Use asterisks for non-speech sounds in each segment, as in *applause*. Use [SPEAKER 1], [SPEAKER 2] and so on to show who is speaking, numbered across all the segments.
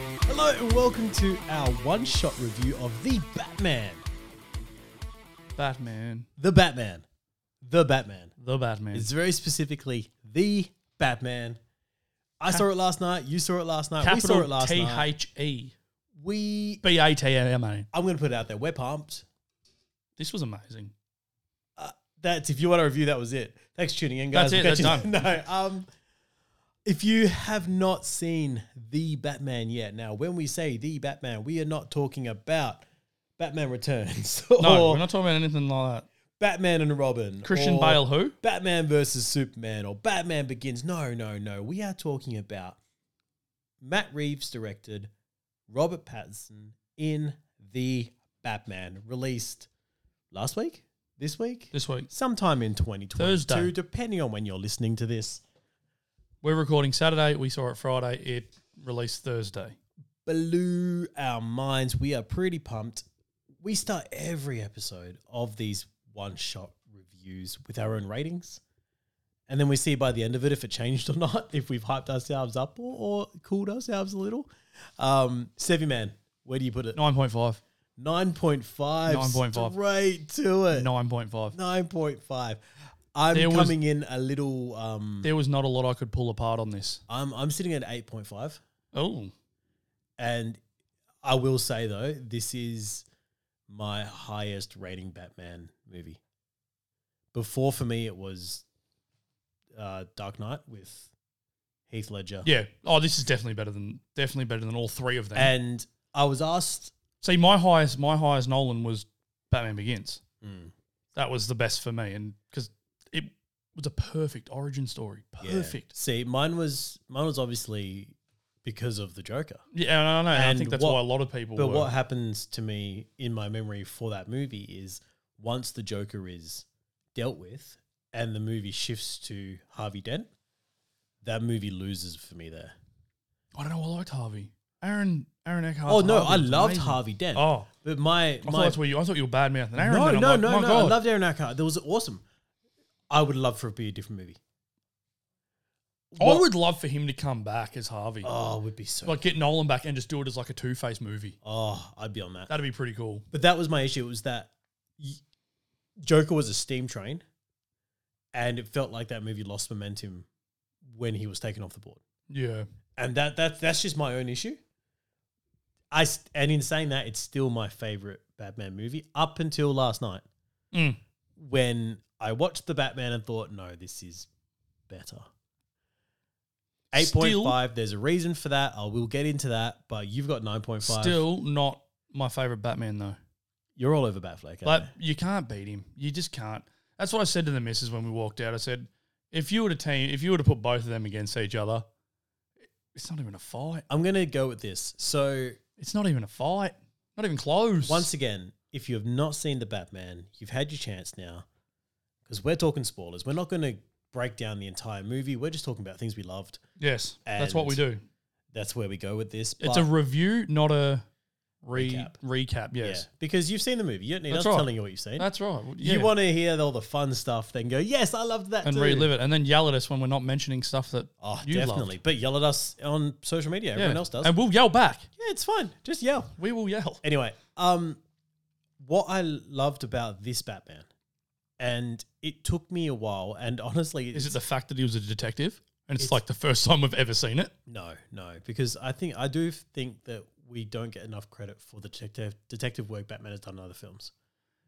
[SPEAKER 1] and welcome to our one shot review of The Batman.
[SPEAKER 2] Batman.
[SPEAKER 1] The Batman. The Batman.
[SPEAKER 2] The Batman.
[SPEAKER 1] It's very specifically The Batman. I saw it last night. You saw it last night. we saw it
[SPEAKER 2] Capital
[SPEAKER 1] last
[SPEAKER 2] T
[SPEAKER 1] night.
[SPEAKER 2] H E
[SPEAKER 1] We.
[SPEAKER 2] B A T A M A.
[SPEAKER 1] I'm going to put it out there. We're pumped.
[SPEAKER 2] This was amazing.
[SPEAKER 1] That's if you want to review. That was it. Thanks for tuning in, guys.
[SPEAKER 2] That's it,
[SPEAKER 1] We'll
[SPEAKER 2] that's
[SPEAKER 1] catch you- *laughs* No, um, if you have not seen the Batman yet, now when we say the Batman, we are not talking about Batman Returns or
[SPEAKER 2] No, we're not talking about anything like that.
[SPEAKER 1] Batman and Robin,
[SPEAKER 2] Christian
[SPEAKER 1] or
[SPEAKER 2] Bale, who?
[SPEAKER 1] Batman versus Superman, or Batman Begins. No, no, no. We are talking about Matt Reeves directed Robert Pattinson in the Batman, released last week, this week,
[SPEAKER 2] This week.
[SPEAKER 1] sometime in 2022,
[SPEAKER 2] Thursday.
[SPEAKER 1] depending on when you're listening to this.
[SPEAKER 2] We're recording Saturday. We saw it Friday. It released Thursday.
[SPEAKER 1] Blew our minds. We are pretty pumped. We start every episode of these one shot reviews with our own ratings. And then we see by the end of it if it changed or *laughs* not, if we've hyped ourselves up or, or cooled ourselves a little. Um, Sevy Man, where do you put it?
[SPEAKER 2] 9.5.
[SPEAKER 1] 9.5.
[SPEAKER 2] 9.5.
[SPEAKER 1] Straight to it.
[SPEAKER 2] 9.5.
[SPEAKER 1] 9.5. I'm
[SPEAKER 2] There was-
[SPEAKER 1] coming in a little. Um,
[SPEAKER 2] There was not a lot I could pull apart on this.
[SPEAKER 1] I'm I'm sitting at eight point five,
[SPEAKER 2] Oh,
[SPEAKER 1] and I will say though, this is my highest rating Batman movie. Before for me, it was uh, Dark Knight with Heath Ledger,
[SPEAKER 2] yeah. Oh, this is definitely better than definitely better than all three of them.
[SPEAKER 1] and I was asked,
[SPEAKER 2] See, my highest my highest Nolan was Batman Begins.
[SPEAKER 1] Mm.
[SPEAKER 2] That was the best for me, and because it was a perfect origin story,
[SPEAKER 1] yeah.
[SPEAKER 2] perfect.
[SPEAKER 1] See, mine was mine was obviously because of the Joker.
[SPEAKER 2] Yeah, and I know. And
[SPEAKER 1] And
[SPEAKER 2] I think that's
[SPEAKER 1] what-
[SPEAKER 2] why a lot of people.
[SPEAKER 1] But
[SPEAKER 2] were.
[SPEAKER 1] what happens to me in my memory for that movie is once the Joker is dealt with and the movie shifts to Harvey Dent, that movie loses for me there.
[SPEAKER 2] I don't know. I liked Harvey. Aaron Aaron Eckhart.
[SPEAKER 1] Oh, no,
[SPEAKER 2] Harvey
[SPEAKER 1] I
[SPEAKER 2] was
[SPEAKER 1] loved
[SPEAKER 2] amazing.
[SPEAKER 1] Harvey Dent.
[SPEAKER 2] Oh,
[SPEAKER 1] But my
[SPEAKER 2] I thought
[SPEAKER 1] my
[SPEAKER 2] that's where you. I thought you were bad mouthing Aaron.
[SPEAKER 1] no
[SPEAKER 2] then.
[SPEAKER 1] no
[SPEAKER 2] I'm
[SPEAKER 1] no
[SPEAKER 2] like, "Oh
[SPEAKER 1] no.
[SPEAKER 2] my
[SPEAKER 1] I
[SPEAKER 2] God.
[SPEAKER 1] loved Aaron Eckhart. That was awesome. I would love for it to be a different movie.
[SPEAKER 2] I
[SPEAKER 1] What-
[SPEAKER 2] would love for him to come back as Harvey.
[SPEAKER 1] Oh, it would be so.
[SPEAKER 2] like get Nolan back and just do it as like a Two Face movie.
[SPEAKER 1] oh, I'd be on that.
[SPEAKER 2] That'd be pretty cool.
[SPEAKER 1] But that was my issue. It was that y- Joker was a steam train, and it felt like that movie lost momentum when he was taken off the board.
[SPEAKER 2] Yeah.
[SPEAKER 1] And that that that's just my own issue. I s- and in saying that, it's still my favorite Batman movie up until last night
[SPEAKER 2] Mm.
[SPEAKER 1] when I watched the Batman and thought, no, this is better. Eight
[SPEAKER 2] Still-
[SPEAKER 1] point five. There's a reason for that. I will get into that, but you've got nine point five.
[SPEAKER 2] Still not my favorite Batman though.
[SPEAKER 1] you're all over Batfleck.
[SPEAKER 2] Like
[SPEAKER 1] Like,
[SPEAKER 2] you can't beat him. You just can't. That's what I said to the missus when we walked out. I said, if you were to team, if you were to put both of them against each other, it's not even a fight.
[SPEAKER 1] I'm gonna go with this. So
[SPEAKER 2] It's not even a fight. Not even close.
[SPEAKER 1] Once again, if you have not seen the Batman, you've had your chance now because we're talking spoilers. We're not going to break down the entire movie. We're just talking about things we loved.
[SPEAKER 2] yes, that's what we do.
[SPEAKER 1] That's where we go with this.
[SPEAKER 2] It's
[SPEAKER 1] but-
[SPEAKER 2] a review, not a re-
[SPEAKER 1] Recap.
[SPEAKER 2] recap.
[SPEAKER 1] yeah,
[SPEAKER 2] Yes,
[SPEAKER 1] because you've seen the movie. You don't need us
[SPEAKER 2] That's right.
[SPEAKER 1] telling you what you've seen.
[SPEAKER 2] that's right. Well, yeah.
[SPEAKER 1] You want to hear all the fun stuff, then go, yes, I loved that
[SPEAKER 2] and
[SPEAKER 1] too."
[SPEAKER 2] relive it, and then yell at us when we're not mentioning stuff that
[SPEAKER 1] Oh,
[SPEAKER 2] you
[SPEAKER 1] definitely.
[SPEAKER 2] loved.
[SPEAKER 1] But yell at us on social media. Everyone
[SPEAKER 2] Yeah.
[SPEAKER 1] else does.
[SPEAKER 2] and we'll yell back.
[SPEAKER 1] yeah, it's fine. Just yell.
[SPEAKER 2] We will yell.
[SPEAKER 1] Anyway, um, what I loved about this Batman, and it took me a while, and honestly,
[SPEAKER 2] Is it the fact that he was a detective? And it's,
[SPEAKER 1] It's-
[SPEAKER 2] like the first time we've ever seen it.
[SPEAKER 1] No, no, because I think I do think that we don't get enough credit for the detective detective work Batman has done in other films.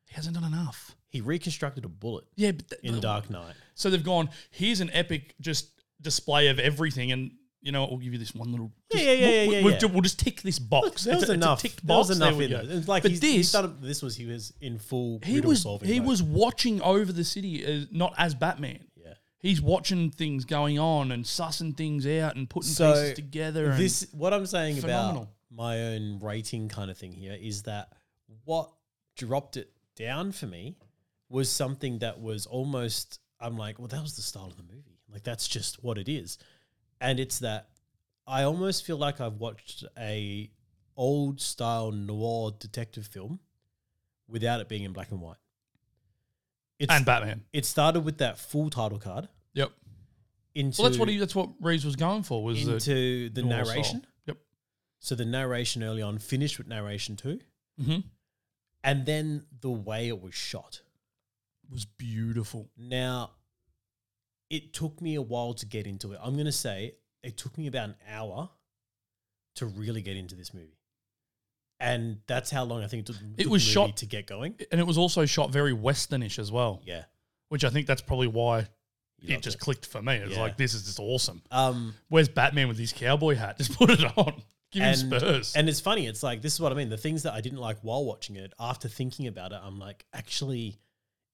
[SPEAKER 2] He hasn't done enough.
[SPEAKER 1] He reconstructed a bullet
[SPEAKER 2] Yeah, but th-
[SPEAKER 1] in Dark
[SPEAKER 2] *laughs*
[SPEAKER 1] Knight.
[SPEAKER 2] So they've gone, here's an epic just display of everything. And you know what? We'll give you this one little.
[SPEAKER 1] Yeah,
[SPEAKER 2] just-
[SPEAKER 1] yeah, yeah,
[SPEAKER 2] we'll,
[SPEAKER 1] yeah, yeah,
[SPEAKER 2] We'll,
[SPEAKER 1] yeah.
[SPEAKER 2] ju- we'll just tick this box.
[SPEAKER 1] Look, there
[SPEAKER 2] It's
[SPEAKER 1] was
[SPEAKER 2] a- it's a
[SPEAKER 1] enough.
[SPEAKER 2] ticked
[SPEAKER 1] there was
[SPEAKER 2] box.
[SPEAKER 1] enough
[SPEAKER 2] we
[SPEAKER 1] in
[SPEAKER 2] go.
[SPEAKER 1] it. It's like
[SPEAKER 2] but
[SPEAKER 1] he's,
[SPEAKER 2] this,
[SPEAKER 1] he's done it- this was he was in full
[SPEAKER 2] he
[SPEAKER 1] riddle
[SPEAKER 2] was
[SPEAKER 1] solving.
[SPEAKER 2] he
[SPEAKER 1] mode.
[SPEAKER 2] was watching over the city, as, not as Batman.
[SPEAKER 1] yeah.
[SPEAKER 2] He's watching things going on and sussing things out and putting
[SPEAKER 1] So,
[SPEAKER 2] pieces together. And
[SPEAKER 1] This what I'm saying about
[SPEAKER 2] Phenomenal.
[SPEAKER 1] my own rating kind of thing here is that what dropped it down for me was something that was almost I'm like, well, that was the style of the movie. Like that's just what it is. And it's that I almost feel like I've watched a old style noir detective film without it being in black and white. It's,
[SPEAKER 2] and Batman.
[SPEAKER 1] it started with that full title card
[SPEAKER 2] Yep.
[SPEAKER 1] into
[SPEAKER 2] Well, that's what he, that's what Reeves was going for was the
[SPEAKER 1] into the
[SPEAKER 2] noir
[SPEAKER 1] narration.
[SPEAKER 2] style. Yep.
[SPEAKER 1] So the narration early on finished with narration two,
[SPEAKER 2] Mm-hmm.
[SPEAKER 1] and then the way it was shot.
[SPEAKER 2] Was beautiful.
[SPEAKER 1] Now, it took me a while to get into it. I'm going to say it took me about an hour to really get into this movie. And that's how long I think it took took the
[SPEAKER 2] was
[SPEAKER 1] movie
[SPEAKER 2] shot-
[SPEAKER 1] to get going.
[SPEAKER 2] And it was also shot very westernish as well,
[SPEAKER 1] Yeah.
[SPEAKER 2] which I think that's probably why
[SPEAKER 1] you
[SPEAKER 2] it
[SPEAKER 1] loved
[SPEAKER 2] just clicked for me. It was
[SPEAKER 1] Yeah.
[SPEAKER 2] like this is just awesome.
[SPEAKER 1] Um,
[SPEAKER 2] Where's Batman with his cowboy hat? *laughs* Just put it on. Give
[SPEAKER 1] and,
[SPEAKER 2] him Spurs.
[SPEAKER 1] and it's funny. It's like, this is what I mean. The things that I didn't like while watching it, after thinking about it, I'm like, actually,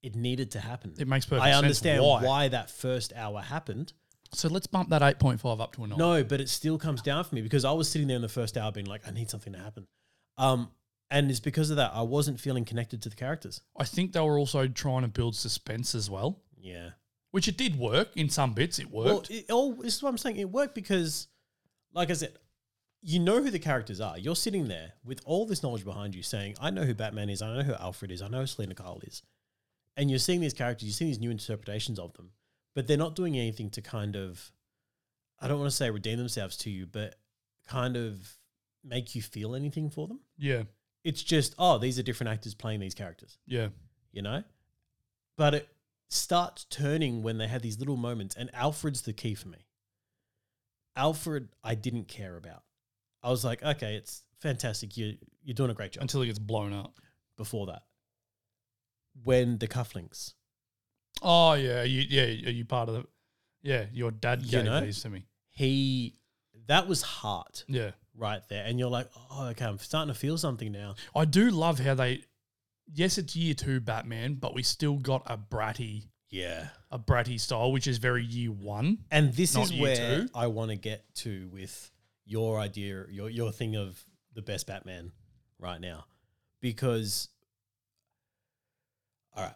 [SPEAKER 1] it needed to happen.
[SPEAKER 2] it makes perfect
[SPEAKER 1] I
[SPEAKER 2] sense.
[SPEAKER 1] understand
[SPEAKER 2] why.
[SPEAKER 1] why. that first hour happened.
[SPEAKER 2] So let's bump that 8.5 up to a 9.
[SPEAKER 1] No, but it still comes down for me because I was sitting there in the first hour being like, I need something to happen. Um, and it's because of that I wasn't feeling connected to the characters.
[SPEAKER 2] I think they were also trying to build suspense as well,
[SPEAKER 1] Yeah.
[SPEAKER 2] which it did work in some bits. It
[SPEAKER 1] Well,
[SPEAKER 2] worked.
[SPEAKER 1] it, all, this is what I'm saying. It worked because, like I said, you know who the characters are. You're sitting there with all this knowledge behind you saying, I know who Batman is. I know who Alfred is. I know who Selena Kyle is. And you're seeing these characters, you're seeing these new interpretations of them, but they're not doing anything to kind of, I don't want to say redeem themselves to you, but kind of make you feel anything for them.
[SPEAKER 2] yeah,
[SPEAKER 1] It's just, oh, these are different actors playing these characters
[SPEAKER 2] yeah.
[SPEAKER 1] you know? But it starts turning when they have these little moments, and Alfred's the key for me. Alfred, I didn't care about. I was like, okay, it's fantastic. You you're doing a great job.
[SPEAKER 2] Until he gets blown up.
[SPEAKER 1] Before that, when the cufflinks,
[SPEAKER 2] Oh, yeah. You, yeah, are you part of the. Yeah, your dad
[SPEAKER 1] You
[SPEAKER 2] gave
[SPEAKER 1] know?
[SPEAKER 2] these to me.
[SPEAKER 1] he that was heart
[SPEAKER 2] Yeah.
[SPEAKER 1] right there, and you're like, oh, okay, I'm starting to feel something now.
[SPEAKER 2] I do love how they. Yes, it's year two Batman, but we still got a bratty,
[SPEAKER 1] Yeah,
[SPEAKER 2] a bratty style, which is very year one.
[SPEAKER 1] and this
[SPEAKER 2] Not
[SPEAKER 1] is
[SPEAKER 2] you
[SPEAKER 1] where
[SPEAKER 2] too.
[SPEAKER 1] I want to get to with your idea, your your thing of the best Batman right now, because all right,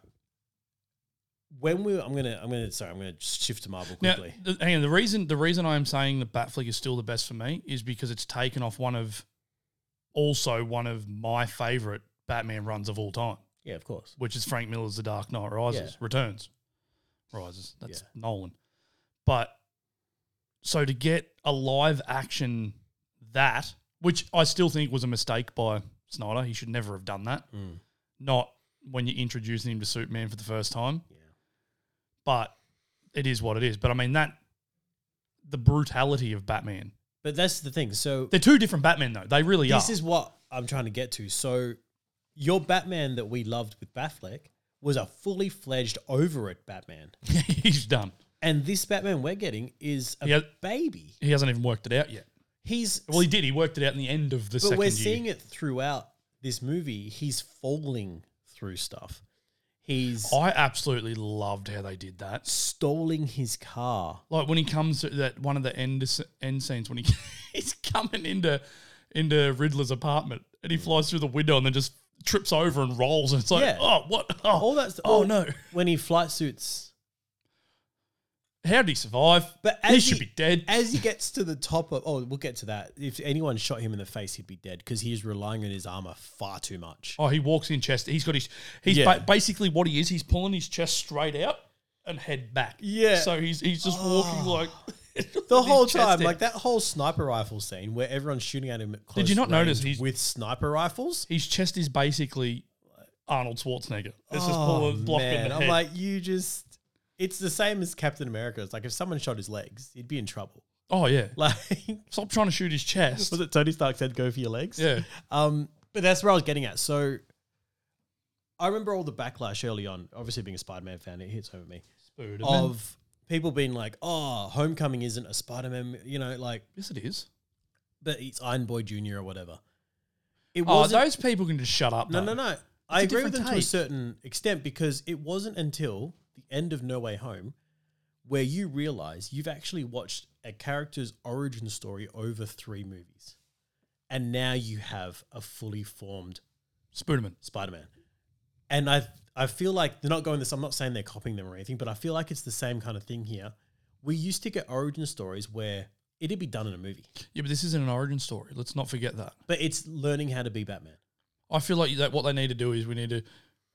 [SPEAKER 1] when we, I'm gonna, I'm gonna, sorry, I'm gonna shift to Marvel
[SPEAKER 2] Now,
[SPEAKER 1] quickly.
[SPEAKER 2] the, hang on. The reason the reason I am saying the Batflick is still the best for me is because it's taken off one of, also one of my favorite Batman runs of all time,
[SPEAKER 1] yeah, of course.
[SPEAKER 2] which is Frank Miller's The Dark Knight Rises
[SPEAKER 1] Yeah.
[SPEAKER 2] returns, rises. That's
[SPEAKER 1] Yeah.
[SPEAKER 2] Nolan, but so to get a live action that, which I still think was a mistake by Snyder. He should never have done that.
[SPEAKER 1] Mm.
[SPEAKER 2] Not when you're introducing him to Superman for the first time
[SPEAKER 1] Yeah,
[SPEAKER 2] but it is what it is. But I mean that the brutality of Batman.
[SPEAKER 1] but that's the thing. So
[SPEAKER 2] They're two different Batmen though. They really
[SPEAKER 1] this
[SPEAKER 2] are.
[SPEAKER 1] is what I'm trying to get to. So your Batman that we loved with Batfleck was a fully fledged over it Batman,
[SPEAKER 2] *laughs* He's done.
[SPEAKER 1] and this Batman we're getting is a
[SPEAKER 2] Yeah.
[SPEAKER 1] baby.
[SPEAKER 2] He hasn't even worked it out yet.
[SPEAKER 1] He's
[SPEAKER 2] Well, he did. He worked it out in the end of the
[SPEAKER 1] But
[SPEAKER 2] second
[SPEAKER 1] we're
[SPEAKER 2] year.
[SPEAKER 1] seeing it throughout this movie. He's falling through stuff. He's
[SPEAKER 2] I absolutely loved how they did that.
[SPEAKER 1] stalling his car.
[SPEAKER 2] Like when he comes to that one of the end end scenes when he *laughs* he's coming into into Riddler's apartment and he flies through the window and then just trips over and rolls and it's like
[SPEAKER 1] Mm. Yeah.
[SPEAKER 2] oh what oh,
[SPEAKER 1] All that's
[SPEAKER 2] oh
[SPEAKER 1] all-
[SPEAKER 2] no
[SPEAKER 1] *laughs* When he flight suits,
[SPEAKER 2] how did he survive?
[SPEAKER 1] but as
[SPEAKER 2] he should
[SPEAKER 1] he,
[SPEAKER 2] be dead.
[SPEAKER 1] as he gets to the top of oh, we'll get to that. If anyone shot him in the face, he'd be dead because he is relying on his armor far too much.
[SPEAKER 2] Oh, he walks in chest. He's got his. He's
[SPEAKER 1] Yeah.
[SPEAKER 2] ba- basically what he is. He's pulling his chest straight out and head back.
[SPEAKER 1] Yeah. Oh.
[SPEAKER 2] So he's he's just walking like
[SPEAKER 1] *laughs*
[SPEAKER 2] *laughs*
[SPEAKER 1] The whole time, like that whole sniper rifle scene where everyone's shooting at him. At close
[SPEAKER 2] you not notice
[SPEAKER 1] range
[SPEAKER 2] he's-
[SPEAKER 1] with sniper rifles?
[SPEAKER 2] His chest is basically Arnold Schwarzenegger. It's just
[SPEAKER 1] Oh,
[SPEAKER 2] pulling, blocking
[SPEAKER 1] man.
[SPEAKER 2] the
[SPEAKER 1] I'm
[SPEAKER 2] head.
[SPEAKER 1] like, you just. It's the same as Captain America. It's like if someone shot his legs, he'd be in trouble. *laughs*
[SPEAKER 2] oh yeah.
[SPEAKER 1] Like,
[SPEAKER 2] Stop trying to shoot his chest.
[SPEAKER 1] *laughs* was it Tony Stark said, "Go for your legs"?
[SPEAKER 2] Yeah.
[SPEAKER 1] Um, but that's where I was getting at. So, I remember all the backlash early on. Obviously, being a Spider-Man fan, it hits over me
[SPEAKER 2] Of
[SPEAKER 1] of people being like, "Oh, Homecoming isn't a Spider-Man," you know, like,
[SPEAKER 2] yes, it is.
[SPEAKER 1] but it's Iron Boy Junior or whatever. It
[SPEAKER 2] Oh,
[SPEAKER 1] wasn't.
[SPEAKER 2] those people can just shut up.
[SPEAKER 1] No, no,
[SPEAKER 2] though.
[SPEAKER 1] no. I
[SPEAKER 2] a
[SPEAKER 1] agree with
[SPEAKER 2] different
[SPEAKER 1] them to a
[SPEAKER 2] take.
[SPEAKER 1] certain extent because it wasn't until the end of No Way Home where you realize you've actually watched a character's origin story over three movies. And now you have a fully formed
[SPEAKER 2] Spooderman.
[SPEAKER 1] Spider Man. And I I feel like they're not going this, I'm not saying they're copying them or anything, but I feel like it's the same kind of thing here. We used to get origin stories where it'd be done in a movie,
[SPEAKER 2] Yeah, but this isn't an origin story. Let's not forget that.
[SPEAKER 1] but it's learning how to be Batman.
[SPEAKER 2] I feel like
[SPEAKER 1] *laughs*
[SPEAKER 2] that what they need to do is we need to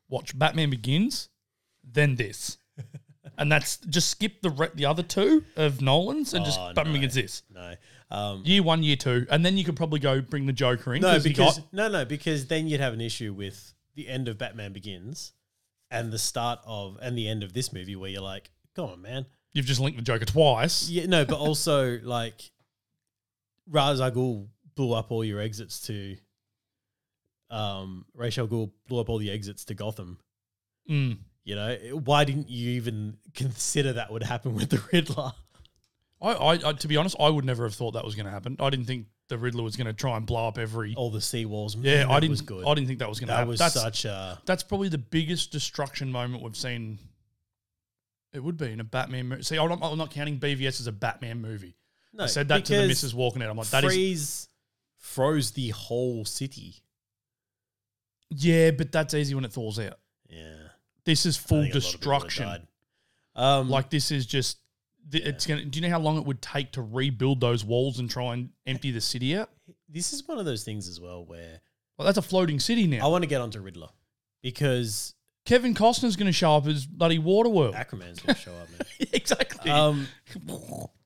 [SPEAKER 2] watch Batman Begins, then this, and that's just skip the re- the other two of Nolan's and just
[SPEAKER 1] Oh,
[SPEAKER 2] bump him
[SPEAKER 1] no.
[SPEAKER 2] against this
[SPEAKER 1] No. Um,
[SPEAKER 2] year one, year two, and then you could probably go bring the Joker in.
[SPEAKER 1] no,
[SPEAKER 2] he
[SPEAKER 1] because
[SPEAKER 2] got-
[SPEAKER 1] no, no, because then you'd have an issue with the end of Batman Begins and the start of and the end of this movie where you're like, "Go on, man."
[SPEAKER 2] you've just linked the Joker twice.
[SPEAKER 1] Yeah, no, but also *laughs* like Raz Al Ghul blew up all your exits to um Rachel Ghoul blew up all the exits to Gotham.
[SPEAKER 2] Mm.
[SPEAKER 1] You know, why didn't you even consider that would happen with the Riddler?
[SPEAKER 2] I, I, I, to be honest, I would never have thought that was going to happen. I didn't think the Riddler was going to try and blow up every.
[SPEAKER 1] All the seawalls.
[SPEAKER 2] yeah,
[SPEAKER 1] man, Oh,
[SPEAKER 2] I
[SPEAKER 1] that
[SPEAKER 2] didn't.
[SPEAKER 1] Was good.
[SPEAKER 2] I didn't think that was going to
[SPEAKER 1] that
[SPEAKER 2] happen.
[SPEAKER 1] was
[SPEAKER 2] That's
[SPEAKER 1] such a
[SPEAKER 2] that's probably the biggest destruction moment we've seen. It would be in a Batman movie. See, I'm not, I'm not counting BVS as a Batman movie.
[SPEAKER 1] no.
[SPEAKER 2] I said that to the
[SPEAKER 1] because
[SPEAKER 2] missus walking out. I'm like, that is
[SPEAKER 1] freeze froze the whole city.
[SPEAKER 2] yeah, but that's easy when it thaws out.
[SPEAKER 1] Yeah,
[SPEAKER 2] This is
[SPEAKER 1] I
[SPEAKER 2] full
[SPEAKER 1] think a lot of people
[SPEAKER 2] destruction.
[SPEAKER 1] died. Um, like
[SPEAKER 2] Like this is just. th- It's gonna. Do you know how long it would take to rebuild those walls and try and empty the city out?
[SPEAKER 1] this is one of those things as well where
[SPEAKER 2] Well, that's a floating city now.
[SPEAKER 1] I want to get onto Riddler because
[SPEAKER 2] Kevin Costner's going to show up as bloody
[SPEAKER 1] *laughs*
[SPEAKER 2] Waterworld.
[SPEAKER 1] Aquaman's gonna show up. *laughs* Man.
[SPEAKER 2] exactly.
[SPEAKER 1] Um,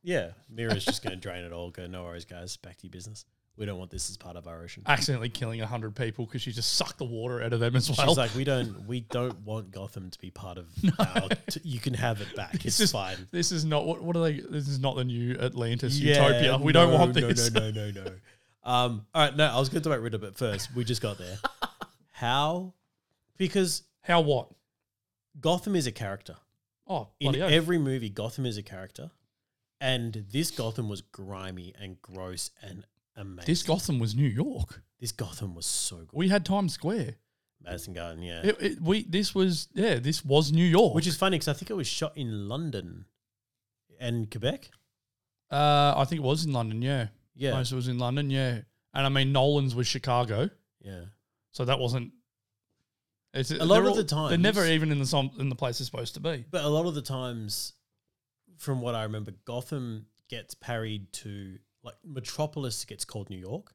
[SPEAKER 1] yeah, Mira's just gonna drain it all. Go, no worries, guys. Back to your business. We don't want this as part of our ocean.
[SPEAKER 2] Accidentally killing a hundred people because she just sucked the water out of them as
[SPEAKER 1] She's
[SPEAKER 2] well.
[SPEAKER 1] like, we don't, we don't want Gotham to be part of. *laughs* Our t- you can have it back. It's,
[SPEAKER 2] is-
[SPEAKER 1] fine.
[SPEAKER 2] this is not what. What are they? This is not the new Atlantis utopia. We don't
[SPEAKER 1] no,
[SPEAKER 2] want this.
[SPEAKER 1] No, no, no, no, no. Um, all right, no, I was going to talk about Riddler, but first we just got
[SPEAKER 2] *laughs*
[SPEAKER 1] there. How? Because
[SPEAKER 2] *laughs* How what?
[SPEAKER 1] Gotham is a character.
[SPEAKER 2] Oh,
[SPEAKER 1] In
[SPEAKER 2] bloody oath.
[SPEAKER 1] every movie, Gotham is a character. And this Gotham was grimy and gross and amazing.
[SPEAKER 2] this
[SPEAKER 1] This,
[SPEAKER 2] Gotham was New York.
[SPEAKER 1] Gotham was so good.
[SPEAKER 2] We had Times Square.
[SPEAKER 1] Madison Garden, yeah.
[SPEAKER 2] It, it, we this was yeah. This was New York.
[SPEAKER 1] Which is funny because I think it was shot in London and Quebec.
[SPEAKER 2] uh, I think it was in London. Yeah.
[SPEAKER 1] Yeah.
[SPEAKER 2] Most of it was in London. Yeah. And I mean, Nolan's was Chicago.
[SPEAKER 1] Yeah.
[SPEAKER 2] So that wasn't. It's,
[SPEAKER 1] A lot
[SPEAKER 2] they're
[SPEAKER 1] of the
[SPEAKER 2] they're never
[SPEAKER 1] times-
[SPEAKER 2] even in the som- in the place they're supposed to be.
[SPEAKER 1] But a lot of the times, from what I remember, Gotham gets parried to like Metropolis gets called New York.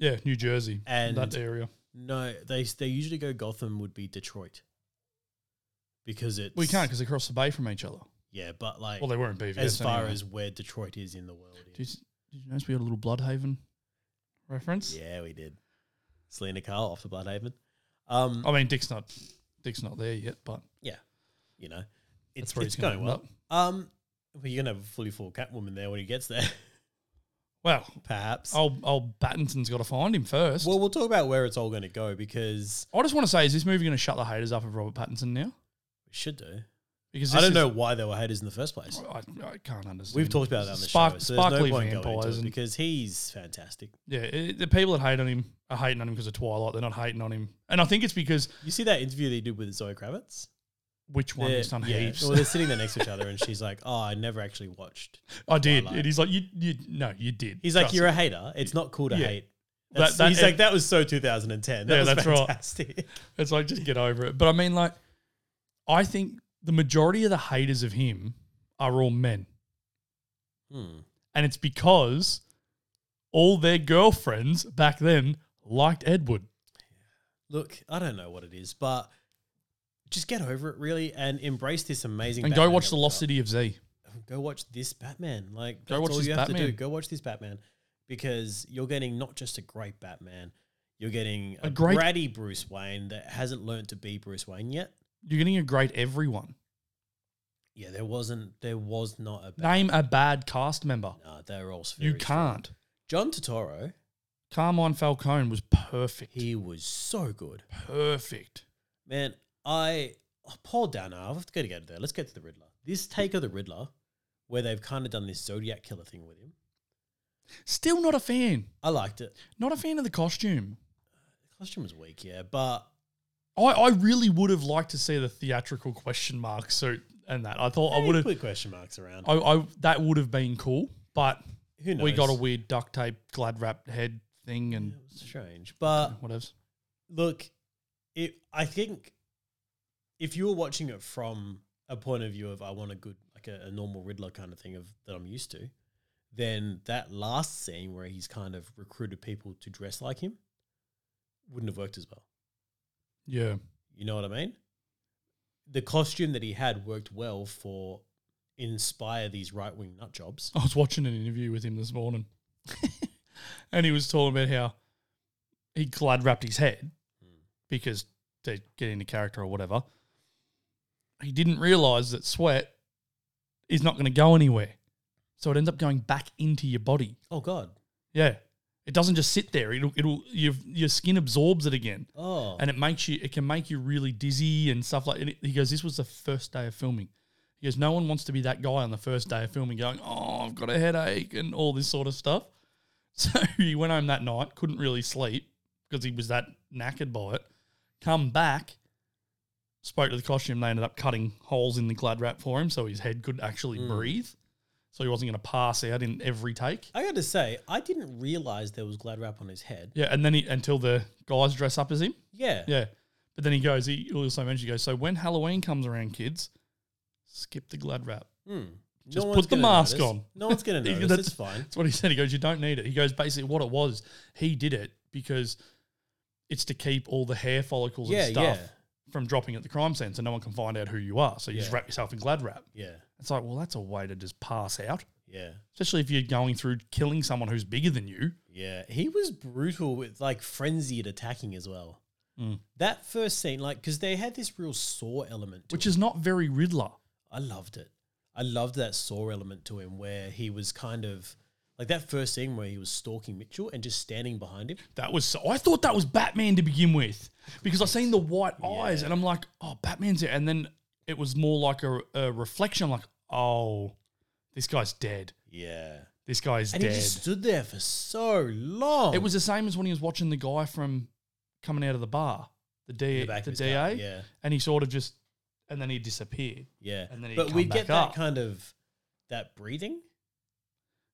[SPEAKER 2] Yeah, New Jersey
[SPEAKER 1] And-
[SPEAKER 2] that area.
[SPEAKER 1] No, they they usually go Gotham would be Detroit because it's
[SPEAKER 2] We can't because they're across the bay from each other.
[SPEAKER 1] yeah, but like
[SPEAKER 2] Well, they weren't BVS
[SPEAKER 1] as far
[SPEAKER 2] anyway.
[SPEAKER 1] as where Detroit is in the world.
[SPEAKER 2] Did you, did you notice we had a little Bloodhaven reference?
[SPEAKER 1] Yeah, we did. Selena Kyle off to Bloodhaven. Um,
[SPEAKER 2] I mean, Dick's not Dick's not there yet, but
[SPEAKER 1] you know,
[SPEAKER 2] that's
[SPEAKER 1] it's,
[SPEAKER 2] where
[SPEAKER 1] it's
[SPEAKER 2] he's gonna
[SPEAKER 1] going
[SPEAKER 2] end
[SPEAKER 1] well.
[SPEAKER 2] up.
[SPEAKER 1] Um, but you're gonna have a fully full Catwoman there when he gets there, *laughs*
[SPEAKER 2] Well,
[SPEAKER 1] perhaps.
[SPEAKER 2] old old Battinson's got to find him first.
[SPEAKER 1] Well, we'll talk about where it's all going to go because
[SPEAKER 2] I just want to say, is this movie going to shut the haters up of Robert Pattinson now?
[SPEAKER 1] we should do.
[SPEAKER 2] Because
[SPEAKER 1] I
[SPEAKER 2] this
[SPEAKER 1] don't know why they were haters in the first place.
[SPEAKER 2] is- I, I can't understand.
[SPEAKER 1] We've talked about that on the
[SPEAKER 2] Spark-
[SPEAKER 1] show, so there's no
[SPEAKER 2] sparkly
[SPEAKER 1] point going into
[SPEAKER 2] vampires
[SPEAKER 1] it
[SPEAKER 2] and-
[SPEAKER 1] because he's fantastic.
[SPEAKER 2] Yeah, it, the people that hate on him are hating on him because of Twilight. They're not hating on him, and I think it's because
[SPEAKER 1] You see that interview that he did with Zoe Kravitz?
[SPEAKER 2] which one
[SPEAKER 1] They're-
[SPEAKER 2] is done
[SPEAKER 1] yeah,
[SPEAKER 2] heaps.
[SPEAKER 1] Well, they're sitting there next to each other, and she's like, "Oh, I never actually watched."
[SPEAKER 2] *laughs* I did,
[SPEAKER 1] Twilight.
[SPEAKER 2] and he's like, "You, you, no, you did."
[SPEAKER 1] He's like,
[SPEAKER 2] Trust
[SPEAKER 1] "You're
[SPEAKER 2] me.
[SPEAKER 1] a hater. It's not cool to
[SPEAKER 2] Yeah.
[SPEAKER 1] hate."
[SPEAKER 2] That-
[SPEAKER 1] That's-
[SPEAKER 2] that-
[SPEAKER 1] he's like, "That was so 2010. That
[SPEAKER 2] Yeah,
[SPEAKER 1] was
[SPEAKER 2] that's right.
[SPEAKER 1] fantastic." *laughs*
[SPEAKER 2] It's like just get over it. But I mean, like, I think the majority of the haters of him are all men,
[SPEAKER 1] Hmm.
[SPEAKER 2] and it's because all their girlfriends back then liked Edward.
[SPEAKER 1] Look, I don't know what it is, but just get over it, really, and embrace this amazing.
[SPEAKER 2] And
[SPEAKER 1] Batman
[SPEAKER 2] go watch
[SPEAKER 1] that
[SPEAKER 2] The
[SPEAKER 1] we've
[SPEAKER 2] Lost
[SPEAKER 1] got.
[SPEAKER 2] City of Z.
[SPEAKER 1] go watch this Batman. Like
[SPEAKER 2] Go
[SPEAKER 1] that's
[SPEAKER 2] watch
[SPEAKER 1] all
[SPEAKER 2] this
[SPEAKER 1] you have to do.
[SPEAKER 2] Batman.
[SPEAKER 1] Go watch this Batman because you're getting not just a great Batman, you're getting a,
[SPEAKER 2] A great-
[SPEAKER 1] bratty Bruce Wayne that hasn't learned to be Bruce Wayne yet.
[SPEAKER 2] You're getting a great everyone.
[SPEAKER 1] Yeah, there wasn't. There was not a. Bat-
[SPEAKER 2] Name a bad cast member.
[SPEAKER 1] nah, they were all.
[SPEAKER 2] You
[SPEAKER 1] very strong.
[SPEAKER 2] can't.
[SPEAKER 1] John Totoro.
[SPEAKER 2] Carmine Falcone was perfect.
[SPEAKER 1] He was so good,
[SPEAKER 2] perfect.
[SPEAKER 1] man. I oh, Paul Dano. I've got to go to there. Let's get to the Riddler. This take of the Riddler, where they've kind of done this Zodiac killer thing with him.
[SPEAKER 2] Still not a fan.
[SPEAKER 1] I liked it.
[SPEAKER 2] Not a fan of the costume.
[SPEAKER 1] The costume was weak, yeah, but
[SPEAKER 2] I, I really would have liked to see the theatrical question mark suit and that. I thought I
[SPEAKER 1] Hey,
[SPEAKER 2] would have
[SPEAKER 1] put question marks around.
[SPEAKER 2] I, I that would have been cool, but
[SPEAKER 1] Who knows?
[SPEAKER 2] we got a weird duct tape glad wrap head thing and
[SPEAKER 1] It was strange. But
[SPEAKER 2] what else?
[SPEAKER 1] look, it, I think if you were watching it from a point of view of I want a good, like a, a normal Riddler kind of thing of that I'm used to, then that last scene where he's kind of recruited people to dress like him wouldn't have worked as well.
[SPEAKER 2] Yeah,
[SPEAKER 1] You know what I mean? the costume that he had worked well for inspire these right wing nut jobs.
[SPEAKER 2] I was watching an interview with him this morning, and he was talking about how he glad wrapped his head because to get into character or whatever. He didn't realize that sweat is not going to go anywhere, so it ends up going back into your body.
[SPEAKER 1] Oh God.
[SPEAKER 2] Yeah, it doesn't just sit there. It'll it'll your your skin absorbs it again,
[SPEAKER 1] Oh.
[SPEAKER 2] and it makes you it can make you really dizzy and stuff like. And it- he goes, "This was the first day of filming." He goes, "No one wants to be that guy on the first day of filming, going, oh, I've got a headache and all this sort of stuff." *laughs* So he went home that night, couldn't really sleep because he was that knackered by it. Come back, spoke to the costume. They ended up cutting holes in the glad wrap for him so his head could actually
[SPEAKER 1] Mm.
[SPEAKER 2] breathe, so he wasn't going to pass out in every take.
[SPEAKER 1] I got to say, I didn't realize there was glad wrap on his head.
[SPEAKER 2] Yeah, and then he, until the guys dress up as him.
[SPEAKER 1] Yeah.
[SPEAKER 2] Yeah. But then he goes, he also mentioned, he goes, so when Halloween comes around, kids, skip the glad wrap.
[SPEAKER 1] Hmm.
[SPEAKER 2] Just
[SPEAKER 1] one's
[SPEAKER 2] put the
[SPEAKER 1] gonna
[SPEAKER 2] mask
[SPEAKER 1] notice.
[SPEAKER 2] on.
[SPEAKER 1] No one's
[SPEAKER 2] *laughs*
[SPEAKER 1] gonna
[SPEAKER 2] Yeah,
[SPEAKER 1] notice.
[SPEAKER 2] that's-
[SPEAKER 1] it's fine.
[SPEAKER 2] That's what he *laughs* said. He goes, you don't need it. He goes, basically, what it was, he did it because it's to keep all the hair follicles
[SPEAKER 1] Yeah,
[SPEAKER 2] and stuff
[SPEAKER 1] yeah,
[SPEAKER 2] from dropping at the crime scene so no one can find out who you are. So you just
[SPEAKER 1] Yeah.
[SPEAKER 2] wrap yourself in glad wrap.
[SPEAKER 1] yeah,
[SPEAKER 2] It's like, well, that's a way to just pass out,
[SPEAKER 1] yeah,
[SPEAKER 2] especially if you're going through killing someone who's bigger than you.
[SPEAKER 1] yeah. He was brutal with like frenzied attacking as well.
[SPEAKER 2] Mm.
[SPEAKER 1] That first scene, like, because they had this real saw element, to
[SPEAKER 2] Which is not very Riddler.
[SPEAKER 1] I loved it. I loved that saw element to him where he was kind of like that first scene where he was stalking Mitchell and just standing behind him.
[SPEAKER 2] That was so. I thought that was Batman to begin with because I seen the white eyes and I'm like, oh, Batman's here. And then it was more like a, a reflection. I'm like, oh, this guy's dead.
[SPEAKER 1] Yeah.
[SPEAKER 2] This guy's
[SPEAKER 1] And
[SPEAKER 2] dead.
[SPEAKER 1] he just stood there for so long.
[SPEAKER 2] it was the same as when he was watching the guy from coming out of the bar, the, D,
[SPEAKER 1] In
[SPEAKER 2] the,
[SPEAKER 1] back of his
[SPEAKER 2] DA,
[SPEAKER 1] car. Yeah.
[SPEAKER 2] and he sort of just, and then he disappeared.
[SPEAKER 1] Yeah.
[SPEAKER 2] And then he'd
[SPEAKER 1] but
[SPEAKER 2] come
[SPEAKER 1] we
[SPEAKER 2] back
[SPEAKER 1] get
[SPEAKER 2] up.
[SPEAKER 1] that kind of that breathing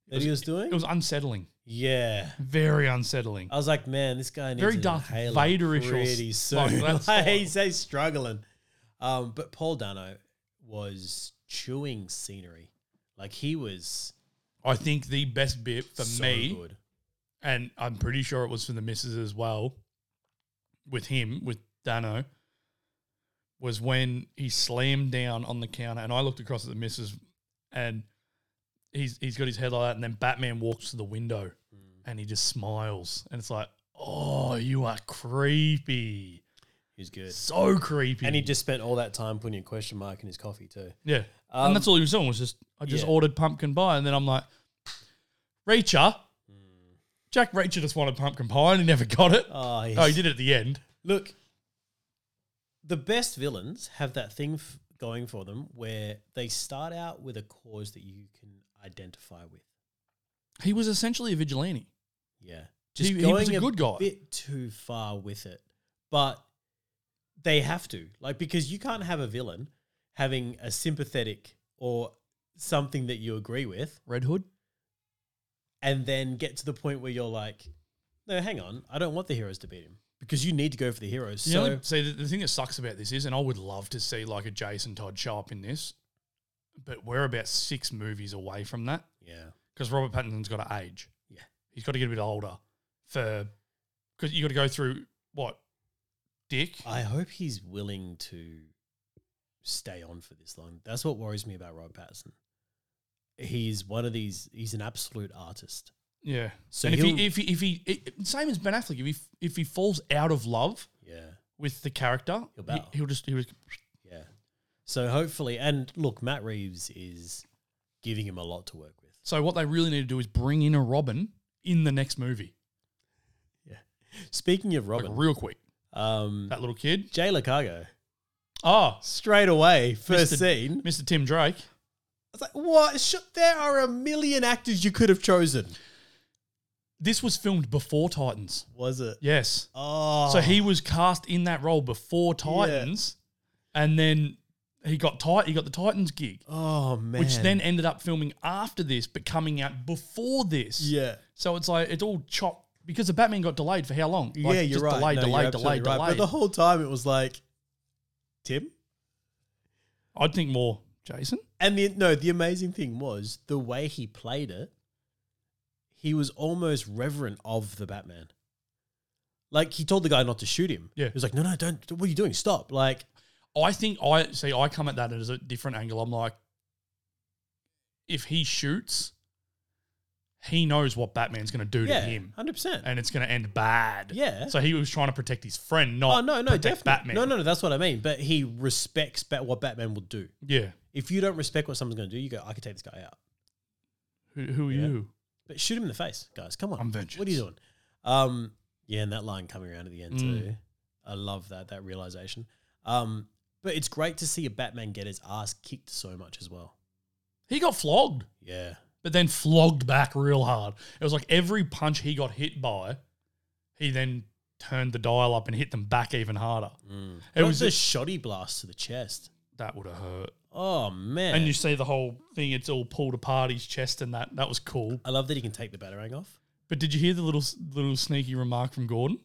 [SPEAKER 1] that
[SPEAKER 2] was-
[SPEAKER 1] he was Uh, doing.
[SPEAKER 2] It was unsettling,
[SPEAKER 1] yeah.
[SPEAKER 2] very unsettling.
[SPEAKER 1] I was like, man, this guy needs
[SPEAKER 2] Very
[SPEAKER 1] an
[SPEAKER 2] Darth
[SPEAKER 1] inhaler
[SPEAKER 2] Vader-ish or
[SPEAKER 1] pretty
[SPEAKER 2] something.
[SPEAKER 1] soon. *laughs*
[SPEAKER 2] That's
[SPEAKER 1] Like,
[SPEAKER 2] all.
[SPEAKER 1] he's, he's struggling. Um, but Paul Dano was chewing scenery. Like he was
[SPEAKER 2] I think the best bit for
[SPEAKER 1] so
[SPEAKER 2] me
[SPEAKER 1] good.
[SPEAKER 2] and I'm pretty sure it was for the missus as well, with him, with Dano, was when he slammed down on the counter and I looked across at the missus and he's he's got his head like that and then Batman walks to the window
[SPEAKER 1] Hmm.
[SPEAKER 2] and he just smiles and it's like, Oh, you are creepy.
[SPEAKER 1] He was good.
[SPEAKER 2] So creepy.
[SPEAKER 1] And he just spent all that time putting a question mark in his coffee too.
[SPEAKER 2] Yeah.
[SPEAKER 1] Um,
[SPEAKER 2] and that's all he was doing was just I just
[SPEAKER 1] yeah.
[SPEAKER 2] ordered pumpkin pie and then I'm like, Reacher.
[SPEAKER 1] Hmm.
[SPEAKER 2] Jack Reacher just wanted pumpkin pie and he never got it.
[SPEAKER 1] Oh, yes.
[SPEAKER 2] Oh, he did it at the end.
[SPEAKER 1] Look, the best villains have that thing f- going for them where they start out with a cause that you can identify with.
[SPEAKER 2] He was essentially a vigilante.
[SPEAKER 1] Yeah. Just
[SPEAKER 2] He- he
[SPEAKER 1] going
[SPEAKER 2] was a
[SPEAKER 1] a
[SPEAKER 2] good guy.
[SPEAKER 1] bit too far with it. But they have to. Like because you can't have a villain having a sympathetic or something that you agree with
[SPEAKER 2] Red Hood.
[SPEAKER 1] and then get to the point where you're like, no, hang on, I don't want the heroes to beat him because you need to go for the heroes.
[SPEAKER 2] The
[SPEAKER 1] So
[SPEAKER 2] only- see, the, the thing that sucks about this is, and I would love to see like a Jason Todd show up in this, but we're about six movies away from that
[SPEAKER 1] yeah,
[SPEAKER 2] because Robert Pattinson's got to age.
[SPEAKER 1] Yeah.
[SPEAKER 2] he's got to get a bit older for because you got to go through what Dick.
[SPEAKER 1] I hope he's willing to stay on for this long. That's what worries me about Rob Patterson. He's one of these. He's an absolute artist.
[SPEAKER 2] yeah.
[SPEAKER 1] So
[SPEAKER 2] and if
[SPEAKER 1] he'll-
[SPEAKER 2] he, if he, if he, it- same as Ben Affleck, if he, if he falls out of love
[SPEAKER 1] Yeah,
[SPEAKER 2] with the character,
[SPEAKER 1] He'll
[SPEAKER 2] he,
[SPEAKER 1] bow.
[SPEAKER 2] he'll just, he'll just
[SPEAKER 1] yeah. So hopefully, and look, Matt Reeves is giving him a lot to work with.
[SPEAKER 2] So what they really need to do is bring in a Robin in the next movie,
[SPEAKER 1] Speaking of
[SPEAKER 2] like
[SPEAKER 1] Robin,
[SPEAKER 2] real quick.
[SPEAKER 1] um,
[SPEAKER 2] That little kid.
[SPEAKER 1] Jay Lacago
[SPEAKER 2] Oh,
[SPEAKER 1] straight away first
[SPEAKER 2] Mr.
[SPEAKER 1] scene.
[SPEAKER 2] Mr. Tim Drake.
[SPEAKER 1] I was like, what? Sh- There are a million actors you could have chosen.
[SPEAKER 2] This was filmed before Titans.
[SPEAKER 1] Was it?
[SPEAKER 2] Yes.
[SPEAKER 1] Oh.
[SPEAKER 2] So he was cast in that role before Titans, and then he got tight. He got the Titans gig,
[SPEAKER 1] Oh, man.
[SPEAKER 2] which then ended up filming after this, but coming out before this.
[SPEAKER 1] Yeah.
[SPEAKER 2] So it's like it's all chopped because the Batman got delayed for how long? Like,
[SPEAKER 1] yeah, you're
[SPEAKER 2] just
[SPEAKER 1] right.
[SPEAKER 2] Delayed,
[SPEAKER 1] No, you're
[SPEAKER 2] delayed,
[SPEAKER 1] absolutely
[SPEAKER 2] delayed,
[SPEAKER 1] right.
[SPEAKER 2] delayed.
[SPEAKER 1] But the whole time it was like, Tim?
[SPEAKER 2] I'd think more Jason.
[SPEAKER 1] And the, no, the amazing thing was the way he played it, he was almost reverent of the Batman. Like he told the guy not to shoot him.
[SPEAKER 2] Yeah.
[SPEAKER 1] He was like, no, no, don't. What are you doing? Stop. Like,
[SPEAKER 2] I think I see. I come at that as a different angle. I'm like, if he shoots, he knows what Batman's going to do
[SPEAKER 1] Yeah,
[SPEAKER 2] to him,
[SPEAKER 1] hundred percent.
[SPEAKER 2] and it's going to end bad.
[SPEAKER 1] Yeah.
[SPEAKER 2] So he was trying to protect his friend, not
[SPEAKER 1] Oh no, no,
[SPEAKER 2] protect
[SPEAKER 1] definitely.
[SPEAKER 2] Batman.
[SPEAKER 1] No, no, no. That's what I mean. But he respects bat- what Batman will do.
[SPEAKER 2] Yeah.
[SPEAKER 1] If you don't respect what someone's going to do, you go, I could take this guy out.
[SPEAKER 2] Who, who are
[SPEAKER 1] Yeah.
[SPEAKER 2] you?
[SPEAKER 1] But shoot him in the face, guys. Come on.
[SPEAKER 2] I'm vengeance.
[SPEAKER 1] What are you doing? Um, yeah, and that line coming around at the end
[SPEAKER 2] Mm.
[SPEAKER 1] too. I love that that realization. Um, but it's great to see a Batman get his ass kicked so much as well.
[SPEAKER 2] He got flogged,
[SPEAKER 1] Yeah,
[SPEAKER 2] but then flogged back real hard. It was like every punch he got hit by, he then turned the dial up and hit them back even harder. Mm. It
[SPEAKER 1] it
[SPEAKER 2] was
[SPEAKER 1] was a
[SPEAKER 2] just,
[SPEAKER 1] shoddy blast to the chest.
[SPEAKER 2] that would have hurt.
[SPEAKER 1] Oh man!
[SPEAKER 2] And you see the whole thing; it's all pulled apart his chest, and that that was cool.
[SPEAKER 1] I love that he can take the batarang off.
[SPEAKER 2] But did you hear the little little sneaky remark from Gordon?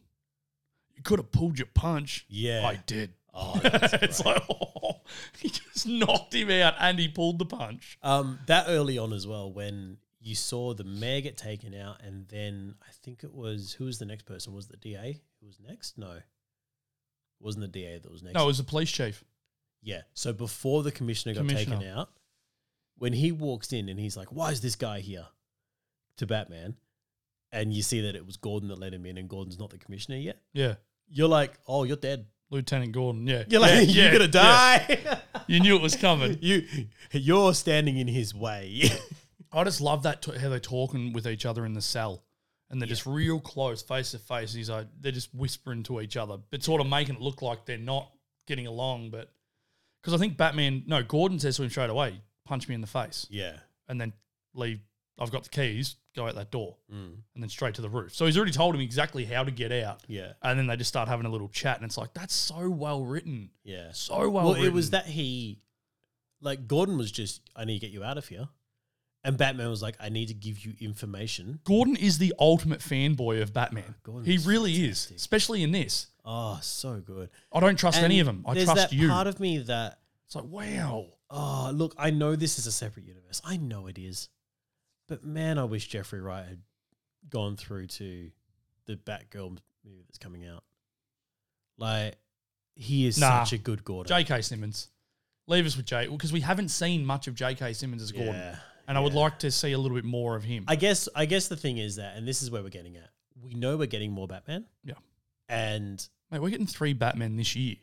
[SPEAKER 2] You could have pulled your punch.
[SPEAKER 1] Yeah.
[SPEAKER 2] I did.
[SPEAKER 1] Oh,
[SPEAKER 2] *laughs*
[SPEAKER 1] that's
[SPEAKER 2] it's like oh, *laughs* he just knocked him out, and he pulled the punch.
[SPEAKER 1] Um, that early on as well, when you saw the mayor get taken out, and then I think it was who was the next person? Was it the DA who was next? No, It wasn't the DA that was next.
[SPEAKER 2] No, it was the police chief.
[SPEAKER 1] yeah. So before the commissioner got taken
[SPEAKER 2] Commissioner.
[SPEAKER 1] out, when he walks in and he's like, "Why is this guy here?" to Batman, and you see that it was Gordon that let him in, and Gordon's not the commissioner yet.
[SPEAKER 2] Yeah,
[SPEAKER 1] You're like, "Oh, you're dead." *laughs*
[SPEAKER 2] Lieutenant Gordon. Yeah,
[SPEAKER 1] You're *laughs* like,
[SPEAKER 2] Yeah,
[SPEAKER 1] "You're
[SPEAKER 2] yeah,
[SPEAKER 1] gonna
[SPEAKER 2] yeah.
[SPEAKER 1] die." *laughs*
[SPEAKER 2] You knew it was coming.
[SPEAKER 1] you, you're standing in his way. *laughs*
[SPEAKER 2] I just love that t- how they're talking with each other in the cell, and they're just real close, face to face. And he's like, they're just whispering to each other, but sort of making it look like they're not getting along. But because I think Batman, no, Gordon says to him straight away, "Punch me in the face,"
[SPEAKER 1] yeah.
[SPEAKER 2] and then leave. I've got the keys. Go out that door,
[SPEAKER 1] Mm.
[SPEAKER 2] and then straight to the roof. So he's already told him exactly how to get out.
[SPEAKER 1] Yeah.
[SPEAKER 2] And then they just start having a little chat, and it's like that's so well written,
[SPEAKER 1] Yeah.
[SPEAKER 2] so well.
[SPEAKER 1] Well, it was that
[SPEAKER 2] written.
[SPEAKER 1] he, like, Gordon was just, I need to get you out of here. And Batman was like, I need to give you information.
[SPEAKER 2] Gordon is the ultimate fanboy of Batman.
[SPEAKER 1] Oh, Gordon
[SPEAKER 2] he
[SPEAKER 1] is
[SPEAKER 2] really is, especially in this.
[SPEAKER 1] Oh, so good.
[SPEAKER 2] I don't trust any of them. I
[SPEAKER 1] there's
[SPEAKER 2] trust
[SPEAKER 1] that
[SPEAKER 2] you.
[SPEAKER 1] part of me that,
[SPEAKER 2] it's like, wow.
[SPEAKER 1] oh, look, I know this is a separate universe. I know it is. But man, I wish Jeffrey Wright had gone through to the Batgirl movie that's coming out. Like, he is
[SPEAKER 2] Nah.
[SPEAKER 1] such a good Gordon.
[SPEAKER 2] J.K. Simmons. Leave us with J. Because we haven't seen much of J.K. Simmons as Gordon.
[SPEAKER 1] Yeah.
[SPEAKER 2] And I would
[SPEAKER 1] yeah.
[SPEAKER 2] like to see a little bit more of him.
[SPEAKER 1] I guess I guess the thing is that, and this is where we're getting at. We know we're getting more Batman.
[SPEAKER 2] Yeah.
[SPEAKER 1] And
[SPEAKER 2] Mate, we're getting three Batmen this year.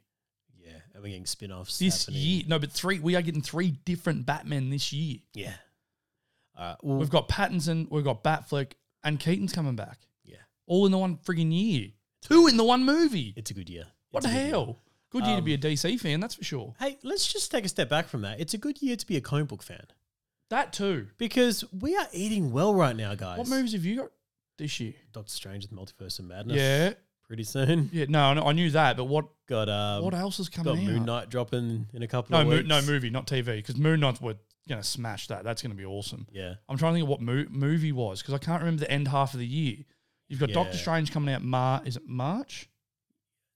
[SPEAKER 1] yeah, and we're getting spin-offs.
[SPEAKER 2] This
[SPEAKER 1] happening.
[SPEAKER 2] year. No, but three. We are getting three different Batmen this year.
[SPEAKER 1] Yeah. All right. Well,
[SPEAKER 2] We've got Pattinson, we've got Batfleck, and Keaton's coming back.
[SPEAKER 1] Yeah.
[SPEAKER 2] All in the one friggin' year. Two in the one movie.
[SPEAKER 1] it's a good year.
[SPEAKER 2] What the
[SPEAKER 1] It's a good year.
[SPEAKER 2] hell? Good year to
[SPEAKER 1] Um,
[SPEAKER 2] be a DC fan, that's for sure.
[SPEAKER 1] Hey, let's just take a step back from that. It's a good year to be a comic book fan
[SPEAKER 2] That too.
[SPEAKER 1] because we are eating well right now, guys.
[SPEAKER 2] What movies have you got this year?
[SPEAKER 1] Doctor Strange and the Multiverse of Madness.
[SPEAKER 2] Yeah.
[SPEAKER 1] Pretty soon. *laughs*
[SPEAKER 2] Yeah, no, no, I knew that, but what
[SPEAKER 1] Got um.
[SPEAKER 2] what else is coming
[SPEAKER 1] got
[SPEAKER 2] out?
[SPEAKER 1] Moon Knight dropping in a couple
[SPEAKER 2] no,
[SPEAKER 1] of
[SPEAKER 2] mo-
[SPEAKER 1] weeks.
[SPEAKER 2] no movie, not TV, because Moon Knight's we're gonna smash that. That's gonna be awesome.
[SPEAKER 1] Yeah.
[SPEAKER 2] I'm trying to think of what mo- movie was because I can't remember the end half of the year. You've got Doctor
[SPEAKER 1] Yeah.
[SPEAKER 2] Strange coming out. Mar is it March,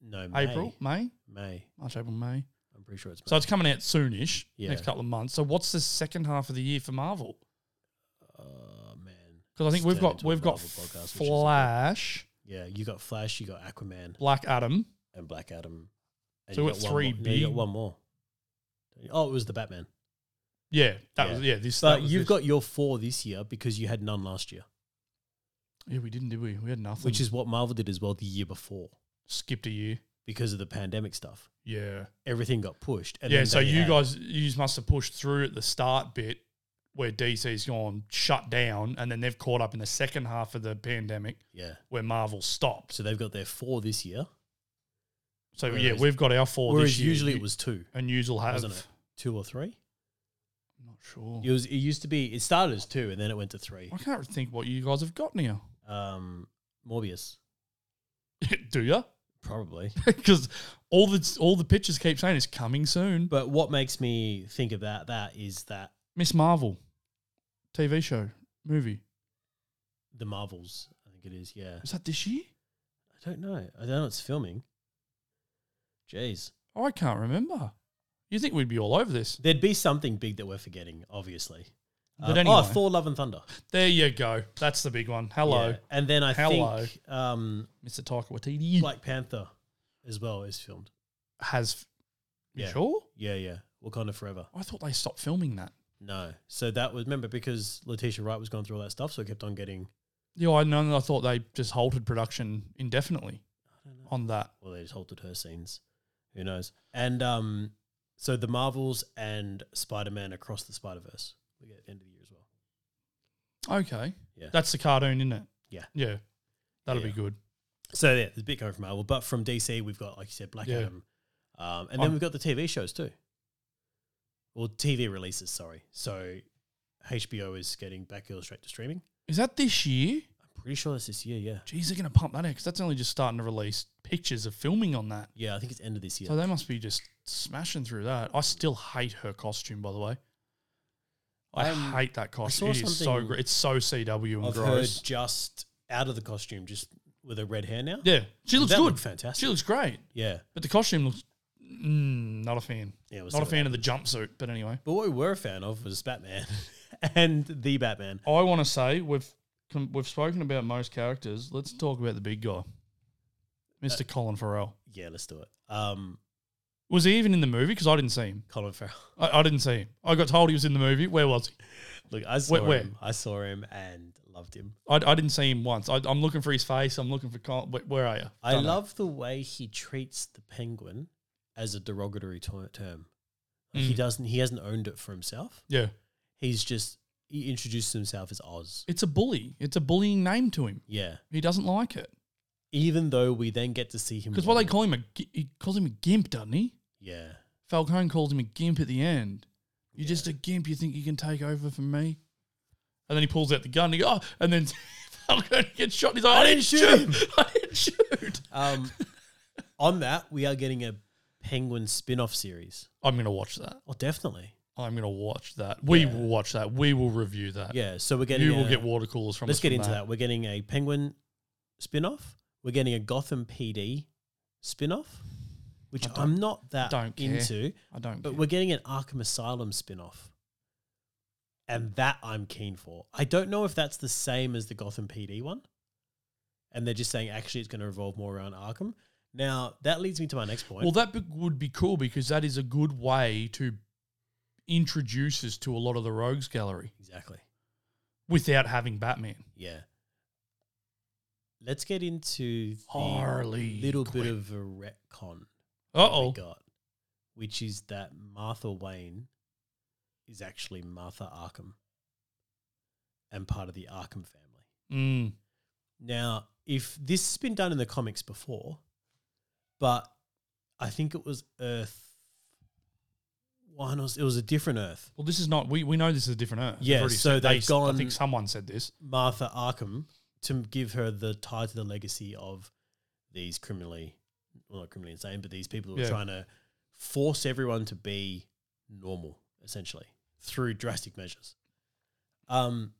[SPEAKER 1] No. May.
[SPEAKER 2] April, May,
[SPEAKER 1] May.
[SPEAKER 2] March, April, May.
[SPEAKER 1] I'm pretty sure it's. May.
[SPEAKER 2] So it's coming out soonish,
[SPEAKER 1] Yeah.
[SPEAKER 2] next couple of months. So what's the second half of the year for Marvel?
[SPEAKER 1] Oh man.
[SPEAKER 2] Because I
[SPEAKER 1] It's
[SPEAKER 2] think we've
[SPEAKER 1] turned
[SPEAKER 2] got
[SPEAKER 1] into a
[SPEAKER 2] we've got
[SPEAKER 1] Marvel podcast, which is a bit-
[SPEAKER 2] Flash,
[SPEAKER 1] Yeah, you got Flash, you got Aquaman,
[SPEAKER 2] Black Adam.
[SPEAKER 1] and Black Adam. And
[SPEAKER 2] So
[SPEAKER 1] you
[SPEAKER 2] we've got three
[SPEAKER 1] one more. No, you got
[SPEAKER 2] big-
[SPEAKER 1] one more. Oh, it was the Batman.
[SPEAKER 2] Yeah, that
[SPEAKER 1] Yeah.
[SPEAKER 2] was yeah. This that
[SPEAKER 1] But
[SPEAKER 2] was
[SPEAKER 1] you've
[SPEAKER 2] this.
[SPEAKER 1] got your four this year because you had none last year,
[SPEAKER 2] yeah. We didn't did we? We had nothing.
[SPEAKER 1] which is what Marvel did as well the year before
[SPEAKER 2] skipped a year.
[SPEAKER 1] because of the pandemic stuff.
[SPEAKER 2] Yeah.
[SPEAKER 1] Everything got pushed. And
[SPEAKER 2] yeah,
[SPEAKER 1] then
[SPEAKER 2] so
[SPEAKER 1] they
[SPEAKER 2] you
[SPEAKER 1] had-
[SPEAKER 2] guys you must have pushed through at the start bit where DC's gone shut down and then they've caught up in the second half of the pandemic
[SPEAKER 1] Yeah.
[SPEAKER 2] where Marvel stopped.
[SPEAKER 1] So they've got their four this year,
[SPEAKER 2] So yeah,
[SPEAKER 1] Whereas-
[SPEAKER 2] we've got our four
[SPEAKER 1] whereas
[SPEAKER 2] this year.
[SPEAKER 1] usually
[SPEAKER 2] You-
[SPEAKER 1] it was two,
[SPEAKER 2] and you'll have
[SPEAKER 1] wasn't it? Two or three.
[SPEAKER 2] I'm not sure.
[SPEAKER 1] It was. It used to be. It started as two, and then it went to three.
[SPEAKER 2] I can't think what you guys have gotten here.
[SPEAKER 1] Um, Morbius,
[SPEAKER 2] *laughs* Do *laughs* you?
[SPEAKER 1] probably. *laughs*
[SPEAKER 2] Because all the all the pictures keep saying it's coming soon. But
[SPEAKER 1] But what makes me think about that is that
[SPEAKER 2] Miss Marvel, TV show, movie.
[SPEAKER 1] the Marvels, I think it is. Yeah,
[SPEAKER 2] Was that this year?
[SPEAKER 1] I don't know. I don't know. It's filming. Jeez,
[SPEAKER 2] I can't remember. You think we'd be all over this?
[SPEAKER 1] there'd be something big that we're forgetting, obviously.
[SPEAKER 2] But
[SPEAKER 1] Um,
[SPEAKER 2] anyway.
[SPEAKER 1] oh, Thor: Love and Thunder.
[SPEAKER 2] There you go. That's the big one. Hello,
[SPEAKER 1] Yeah. And then I
[SPEAKER 2] Hello.
[SPEAKER 1] think um,
[SPEAKER 2] Mr. Taika Waititi.
[SPEAKER 1] Black Panther as well is filmed.
[SPEAKER 2] has You
[SPEAKER 1] Yeah.
[SPEAKER 2] sure?
[SPEAKER 1] Yeah, yeah. Wakanda Forever.
[SPEAKER 2] I thought they stopped filming that.
[SPEAKER 1] No. So that was remember because Letitia Wright was going through all that stuff, so it kept on getting.
[SPEAKER 2] Yeah, I know. I thought they just halted production indefinitely
[SPEAKER 1] I don't know.
[SPEAKER 2] on that.
[SPEAKER 1] Well, they just halted her scenes. Who knows? And um, so the Marvels and Spider Man across the Spider Verse. We get end of the year as well.
[SPEAKER 2] Okay.
[SPEAKER 1] Yeah.
[SPEAKER 2] That's the cartoon, isn't it?
[SPEAKER 1] Yeah.
[SPEAKER 2] Yeah. That'll
[SPEAKER 1] Yeah.
[SPEAKER 2] be good.
[SPEAKER 1] So yeah, there's a bit coming from Marvel, but from DC we've got like you said Black
[SPEAKER 2] Yeah.
[SPEAKER 1] Adam, um, and then
[SPEAKER 2] Oh.
[SPEAKER 1] we've got the TV shows too, or TV releases. Sorry, so HBO is getting Batgirl straight to streaming.
[SPEAKER 2] Is that this year?
[SPEAKER 1] I'm pretty sure that's this year. Yeah,
[SPEAKER 2] Geez, they're going to pump that out because that's only just starting to release pictures of filming on that.
[SPEAKER 1] yeah, I think it's end of this year.
[SPEAKER 2] So they must be just smashing through that. I still hate her costume, by the way. I
[SPEAKER 1] Um,
[SPEAKER 2] hate that costume. It
[SPEAKER 1] saw
[SPEAKER 2] is so
[SPEAKER 1] something
[SPEAKER 2] gr- it's so CW and
[SPEAKER 1] I've
[SPEAKER 2] gross.
[SPEAKER 1] heard just out of the costume, just with her red hair now.
[SPEAKER 2] Yeah, she looks
[SPEAKER 1] that
[SPEAKER 2] good.
[SPEAKER 1] looked fantastic.
[SPEAKER 2] She looks great,
[SPEAKER 1] yeah,
[SPEAKER 2] but the costume looks mm, not a fan.
[SPEAKER 1] yeah, we'll see
[SPEAKER 2] Not a
[SPEAKER 1] what
[SPEAKER 2] fan of the jumpsuit. But anyway,
[SPEAKER 1] But what we were a fan of was Batman *laughs* and the Batman.
[SPEAKER 2] I want to say we've com- we've spoken about most characters. Let's talk about the big guy,
[SPEAKER 1] Uh,
[SPEAKER 2] Mr. Colin Farrell.
[SPEAKER 1] Yeah, let's do it. Um,
[SPEAKER 2] Was he even in the movie? Because I didn't see him.
[SPEAKER 1] Colin Farrell. *laughs*
[SPEAKER 2] I, I didn't see him. I got told he was in the movie. Where was he?
[SPEAKER 1] Look, I saw
[SPEAKER 2] where?
[SPEAKER 1] him. I saw him and loved him.
[SPEAKER 2] I, I didn't see him once. I, I'm looking for his face. I'm looking for Colin. Where, where are you?
[SPEAKER 1] I
[SPEAKER 2] Don't know.
[SPEAKER 1] love the way he treats the penguin as a derogatory to- term. Like He
[SPEAKER 2] Mm.
[SPEAKER 1] doesn't. He hasn't owned it for himself.
[SPEAKER 2] Yeah,
[SPEAKER 1] He's just he introduced himself as Oz.
[SPEAKER 2] it's a bully. It's a bullying name to him.
[SPEAKER 1] Yeah.
[SPEAKER 2] He doesn't like it
[SPEAKER 1] Even though we then get to see him
[SPEAKER 2] because what they
[SPEAKER 1] walk-
[SPEAKER 2] call him a gi- he calls him a gimp, doesn't he?
[SPEAKER 1] yeah
[SPEAKER 2] Falcone calls him a gimp at the end. You're
[SPEAKER 1] Yeah.
[SPEAKER 2] just a gimp. You think you can take over from me? And then he pulls out the gun. And he goes, oh, and then *laughs* Falcone gets shot. and He's like, I, didn't shoot. *laughs* I didn't shoot. *laughs*
[SPEAKER 1] Um, on that, we are getting a penguin spin-off series.
[SPEAKER 2] I'm gonna watch that.
[SPEAKER 1] Oh, definitely.
[SPEAKER 2] I'm gonna watch that. We
[SPEAKER 1] Yeah.
[SPEAKER 2] will watch that. We will review that.
[SPEAKER 1] Yeah. So we're getting.
[SPEAKER 2] Uh, you will
[SPEAKER 1] a-
[SPEAKER 2] get water coolers from.
[SPEAKER 1] Let's
[SPEAKER 2] us
[SPEAKER 1] get
[SPEAKER 2] from
[SPEAKER 1] into that. We're getting a penguin spin-off. We're getting a Gotham PD spin-off, which
[SPEAKER 2] I don't-
[SPEAKER 1] I'm not that
[SPEAKER 2] don't care.
[SPEAKER 1] into.
[SPEAKER 2] I don't.
[SPEAKER 1] But
[SPEAKER 2] care.
[SPEAKER 1] we're getting an Arkham Asylum spin off. And that I'm keen for. I don't know if that's the same as the Gotham PD one. And they're just saying actually it's going to revolve more around Arkham. Now, that leads me to my next point.
[SPEAKER 2] Well, that be- would be cool because that is a good way to introduce us to a lot of the Rogues Gallery
[SPEAKER 1] exactly.
[SPEAKER 2] without having Batman.
[SPEAKER 1] Yeah. Let's get into the
[SPEAKER 2] Harley
[SPEAKER 1] Oh, little
[SPEAKER 2] Quinn.
[SPEAKER 1] bit of a retcon
[SPEAKER 2] Uh
[SPEAKER 1] that we
[SPEAKER 2] oh.
[SPEAKER 1] got, which is that Martha Wayne is actually Martha Arkham and part of the Arkham family.
[SPEAKER 2] Mm.
[SPEAKER 1] Now, if this has been done in the comics before, but I think it was Earth one or s- it was a different Earth.
[SPEAKER 2] Well, this is not. We, we know this is a different Earth. We've
[SPEAKER 1] Yeah,
[SPEAKER 2] already
[SPEAKER 1] so
[SPEAKER 2] said-
[SPEAKER 1] they've
[SPEAKER 2] they- I
[SPEAKER 1] gone-
[SPEAKER 2] think someone said this.
[SPEAKER 1] Martha Arkham to m- give her the tie to the legacy of these criminally, well, not criminally insane, but these people who are
[SPEAKER 2] Yeah.
[SPEAKER 1] trying to force everyone to be normal, essentially, through drastic measures. Um,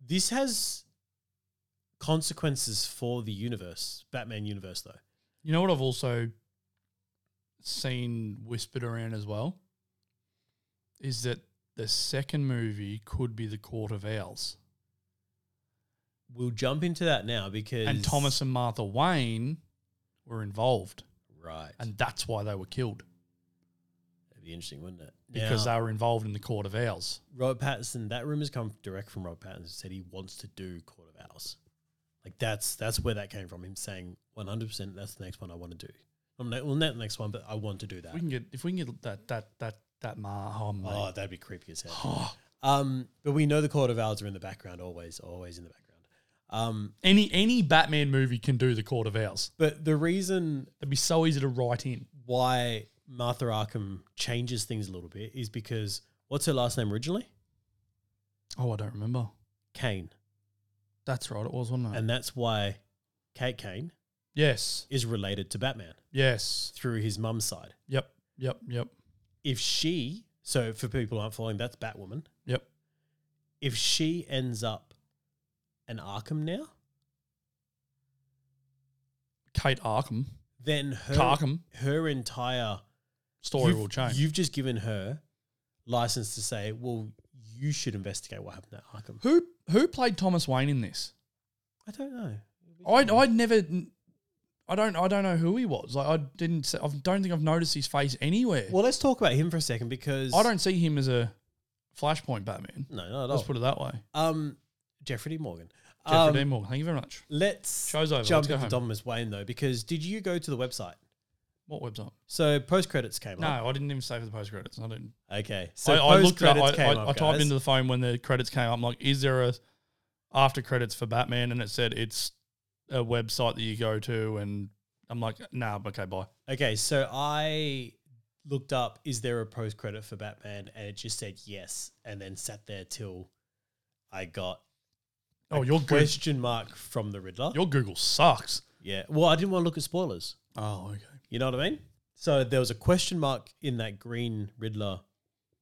[SPEAKER 1] this has consequences for the universe, Batman universe, though.
[SPEAKER 2] You know what I've also seen whispered around as well is that the second movie could be the Court of Owls,
[SPEAKER 1] We'll jump into that now because
[SPEAKER 2] and Thomas and Martha Wayne were involved,
[SPEAKER 1] right?
[SPEAKER 2] and that's why they were killed
[SPEAKER 1] That'd be interesting, wouldn't it?
[SPEAKER 2] because
[SPEAKER 1] now,
[SPEAKER 2] they were involved in the Court of Owls.
[SPEAKER 1] Robert Pattinson, that rumor's come direct from Robert Pattinson. Said he wants to do Court of Owls. Like that's that's where that came from. Him saying one hundred percent, that's the next one I want to do. I'm not, well, not the next one, but I want to do that.
[SPEAKER 2] we can get if we can get that that that that ma oh, mate.
[SPEAKER 1] Oh, that'd be creepy as hell. Um, but we know the Court of Owls are in the background, always, always in the background. Um,
[SPEAKER 2] *gasps* any any Batman movie can do the Court of Owls.
[SPEAKER 1] but the reason
[SPEAKER 2] It'd be so easy to write in.
[SPEAKER 1] why Martha Arkham changes things a little bit is because what's her last name originally?
[SPEAKER 2] Oh, I don't remember.
[SPEAKER 1] Kane.
[SPEAKER 2] That's right, it was wasn't it?
[SPEAKER 1] And that's why Kate Kane
[SPEAKER 2] yes,
[SPEAKER 1] is related to Batman
[SPEAKER 2] yes,
[SPEAKER 1] through his mum's side.
[SPEAKER 2] yep, yep, yep,
[SPEAKER 1] If she, so for people who aren't following, that's Batwoman.
[SPEAKER 2] yep.
[SPEAKER 1] If she ends up an Arkham now,
[SPEAKER 2] Kate Arkham
[SPEAKER 1] then her
[SPEAKER 2] Arkham.
[SPEAKER 1] her entire
[SPEAKER 2] story
[SPEAKER 1] you've-
[SPEAKER 2] will change.
[SPEAKER 1] You've just given her license to say, well, you should investigate what happened at Arkham.
[SPEAKER 2] who who played Thomas Wayne in this?
[SPEAKER 1] I don't know.
[SPEAKER 2] I I never. I don't I don't know who he was. Like I didn't se- I don't think I've noticed his face anywhere.
[SPEAKER 1] Well, let's talk about him for a second because
[SPEAKER 2] I don't see him as a Flashpoint Batman.
[SPEAKER 1] No, not at
[SPEAKER 2] Let's
[SPEAKER 1] all.
[SPEAKER 2] put it that way.
[SPEAKER 1] um, Jeffrey D. Morgan.
[SPEAKER 2] Jeffrey
[SPEAKER 1] um,
[SPEAKER 2] Dean Morgan. Thank you very much.
[SPEAKER 1] Let's
[SPEAKER 2] Show's over.
[SPEAKER 1] jump
[SPEAKER 2] Let's go
[SPEAKER 1] into
[SPEAKER 2] home.
[SPEAKER 1] Dominus Wayne though, because did you go to the website?
[SPEAKER 2] What website?
[SPEAKER 1] So post credits came up.
[SPEAKER 2] No, I didn't even say for the post credits. I didn't.
[SPEAKER 1] Okay. So
[SPEAKER 2] So I, I
[SPEAKER 1] post
[SPEAKER 2] looked up.
[SPEAKER 1] credits
[SPEAKER 2] I,
[SPEAKER 1] came
[SPEAKER 2] I-
[SPEAKER 1] up.
[SPEAKER 2] I typed
[SPEAKER 1] guys.
[SPEAKER 2] into the phone when the credits came up. I'm like, is there a after credits for Batman? And it said it's a website that you go to, and I'm like, nah, okay, bye.
[SPEAKER 1] Okay, so I looked up is there a post credit for Batman and it just said yes and then sat there till I got
[SPEAKER 2] Oh, your Google,
[SPEAKER 1] question mark from the Riddler.
[SPEAKER 2] your Google sucks.
[SPEAKER 1] yeah. Well, I didn't want to look at spoilers.
[SPEAKER 2] Oh, okay.
[SPEAKER 1] You know what I mean? So there was a question mark in that green Riddler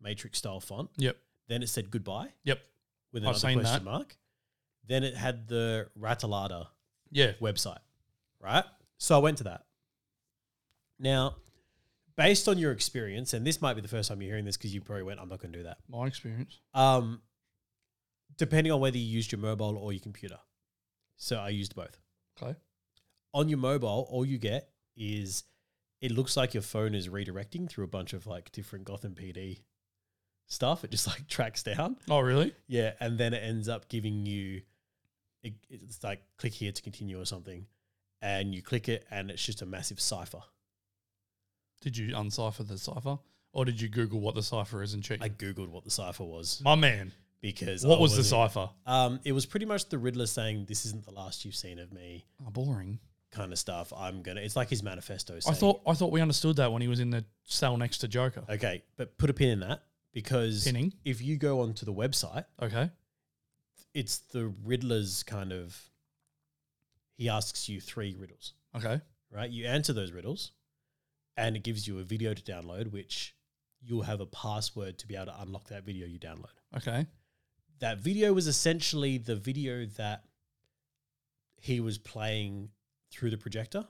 [SPEAKER 1] matrix style font.
[SPEAKER 2] Yep.
[SPEAKER 1] Then it said goodbye
[SPEAKER 2] Yep.
[SPEAKER 1] with
[SPEAKER 2] I've
[SPEAKER 1] another
[SPEAKER 2] seen
[SPEAKER 1] question
[SPEAKER 2] that.
[SPEAKER 1] mark. Then it had the Rattalada
[SPEAKER 2] Yeah.
[SPEAKER 1] website, right? So I went to that. Now, based on your experience, and this might be the first time you're hearing this because you probably went, I'm not going to do that.
[SPEAKER 2] My experience.
[SPEAKER 1] Um, depending on whether you used your mobile or your computer. So I used both.
[SPEAKER 2] Okay.
[SPEAKER 1] On your mobile, all you get is it looks like your phone is redirecting through a bunch of like different Gotham PD stuff. It just like tracks down.
[SPEAKER 2] Oh, really?
[SPEAKER 1] Yeah, and then it ends up giving you it, it's like click here to continue or something, and you click it, and it's just a massive cipher.
[SPEAKER 2] Did you uncipher the cipher, or did you Google what the cipher is and check?
[SPEAKER 1] I googled what the cipher was
[SPEAKER 2] My man,
[SPEAKER 1] because
[SPEAKER 2] what
[SPEAKER 1] I
[SPEAKER 2] was the
[SPEAKER 1] wasn't-
[SPEAKER 2] cipher?
[SPEAKER 1] Um, it was pretty much the Riddler saying, "This isn't the last you've seen of me,"
[SPEAKER 2] Oh, boring.
[SPEAKER 1] kind of stuff. I'm gonna. It's like his manifesto.
[SPEAKER 2] I
[SPEAKER 1] Saying,
[SPEAKER 2] thought I thought we understood that when he was in the cell next to Joker.
[SPEAKER 1] okay, but put a pin in that because
[SPEAKER 2] Pinning.
[SPEAKER 1] if you go onto the website,
[SPEAKER 2] Okay.
[SPEAKER 1] it's the Riddler's kind of. He asks you three riddles.
[SPEAKER 2] Okay.
[SPEAKER 1] right? You answer those riddles, and it gives you a video to download, which you'll have a password to be able to unlock that video you download.
[SPEAKER 2] Okay.
[SPEAKER 1] That video was essentially the video that he was playing through the projector.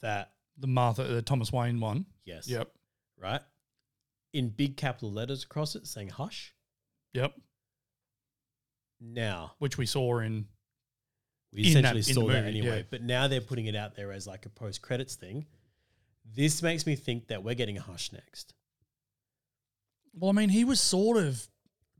[SPEAKER 1] That,
[SPEAKER 2] The Martha, the Thomas Wayne one.
[SPEAKER 1] yes,
[SPEAKER 2] Yep.
[SPEAKER 1] right? In big capital letters across it saying hush.
[SPEAKER 2] Yep.
[SPEAKER 1] Now,
[SPEAKER 2] Which we saw in.
[SPEAKER 1] We
[SPEAKER 2] in that-
[SPEAKER 1] essentially
[SPEAKER 2] in the
[SPEAKER 1] saw that
[SPEAKER 2] movie,
[SPEAKER 1] anyway,
[SPEAKER 2] yeah.
[SPEAKER 1] but now they're putting it out there as like a post credits thing. This makes me think that we're getting hush next
[SPEAKER 2] Well, I mean, he was sort of.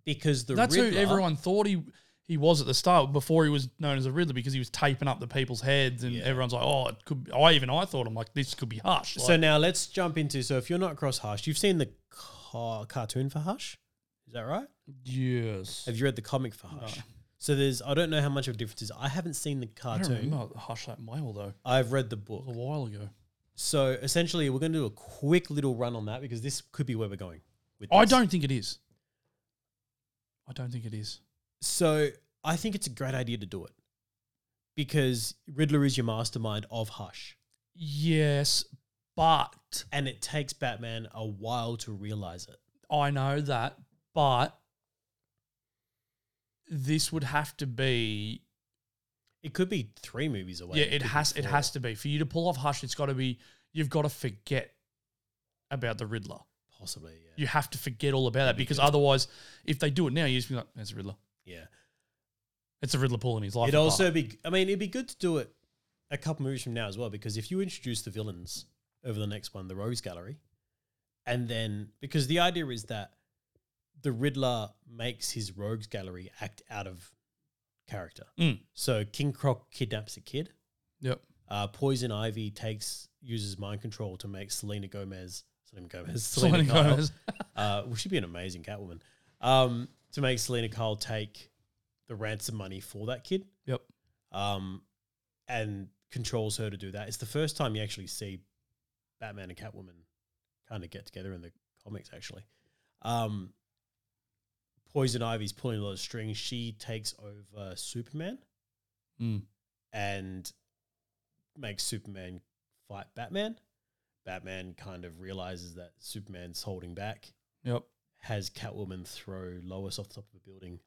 [SPEAKER 1] because the
[SPEAKER 2] that's
[SPEAKER 1] Riddler,
[SPEAKER 2] who everyone thought he he was at the start before he was known as a Riddler because he was taping up the people's heads and
[SPEAKER 1] Yeah.
[SPEAKER 2] everyone's like, oh, it could. Be, I even I thought I'm like this could be Hush.
[SPEAKER 1] So now let's jump into. So if you're not across Hush, you've seen the ca- cartoon for Hush, is that right?
[SPEAKER 2] yes,
[SPEAKER 1] Have you read the comic for Hush? So there's. I don't know how much of a difference is. I haven't seen the
[SPEAKER 2] I don't
[SPEAKER 1] cartoon.
[SPEAKER 2] remember Hush that well though.
[SPEAKER 1] I've read the
[SPEAKER 2] It was
[SPEAKER 1] book.
[SPEAKER 2] a while ago.
[SPEAKER 1] So essentially, we're going to do a quick little run on that because this could be where we're going. With
[SPEAKER 2] I
[SPEAKER 1] this.
[SPEAKER 2] don't think it is. I don't think it is.
[SPEAKER 1] So I think it's a great idea to do it because Riddler is your mastermind of Hush,
[SPEAKER 2] Yes, but
[SPEAKER 1] and it takes Batman a while to realize it.
[SPEAKER 2] I know that, but this would have to be
[SPEAKER 1] It could be three movies away.
[SPEAKER 2] yeah, it
[SPEAKER 1] could be
[SPEAKER 2] has it
[SPEAKER 1] four.
[SPEAKER 2] has to be for you to pull off Hush. It's got to be you've got to forget about the Riddler.
[SPEAKER 1] possibly. Yeah.
[SPEAKER 2] You have to forget all about that because otherwise, if they do it now, you just be like, "There's a Riddler.
[SPEAKER 1] yeah.
[SPEAKER 2] It's a Riddler pulling his life."
[SPEAKER 1] It'd
[SPEAKER 2] apart."
[SPEAKER 1] also be, I mean, it'd be good to do it a couple movies from now as well, because if you introduce the villains over the next one, the Rose Gallery, and then because the idea is that the Riddler makes his Rogues Gallery act out of character.
[SPEAKER 2] Mm.
[SPEAKER 1] So King Croc kidnaps a kid.
[SPEAKER 2] Yep.
[SPEAKER 1] Uh, Poison Ivy takes uses mind control to make Selena Gomez, Selena Gomez, *laughs*
[SPEAKER 2] Selena
[SPEAKER 1] Kyle,
[SPEAKER 2] Gomez.
[SPEAKER 1] *laughs* uh, well, she'd be an amazing Catwoman. Um, to make Selena Kyle take the ransom money for that kid.
[SPEAKER 2] Yep.
[SPEAKER 1] Um, and controls her to do that. It's the first time you actually see Batman and Catwoman kind of get together in the comics, actually. Um, Poison Ivy's pulling a lot of strings. She takes over Superman
[SPEAKER 2] Mm.
[SPEAKER 1] and makes Superman fight Batman. Batman kind of realizes that Superman's holding back
[SPEAKER 2] Yep.
[SPEAKER 1] has Catwoman throw Lois off the top of a building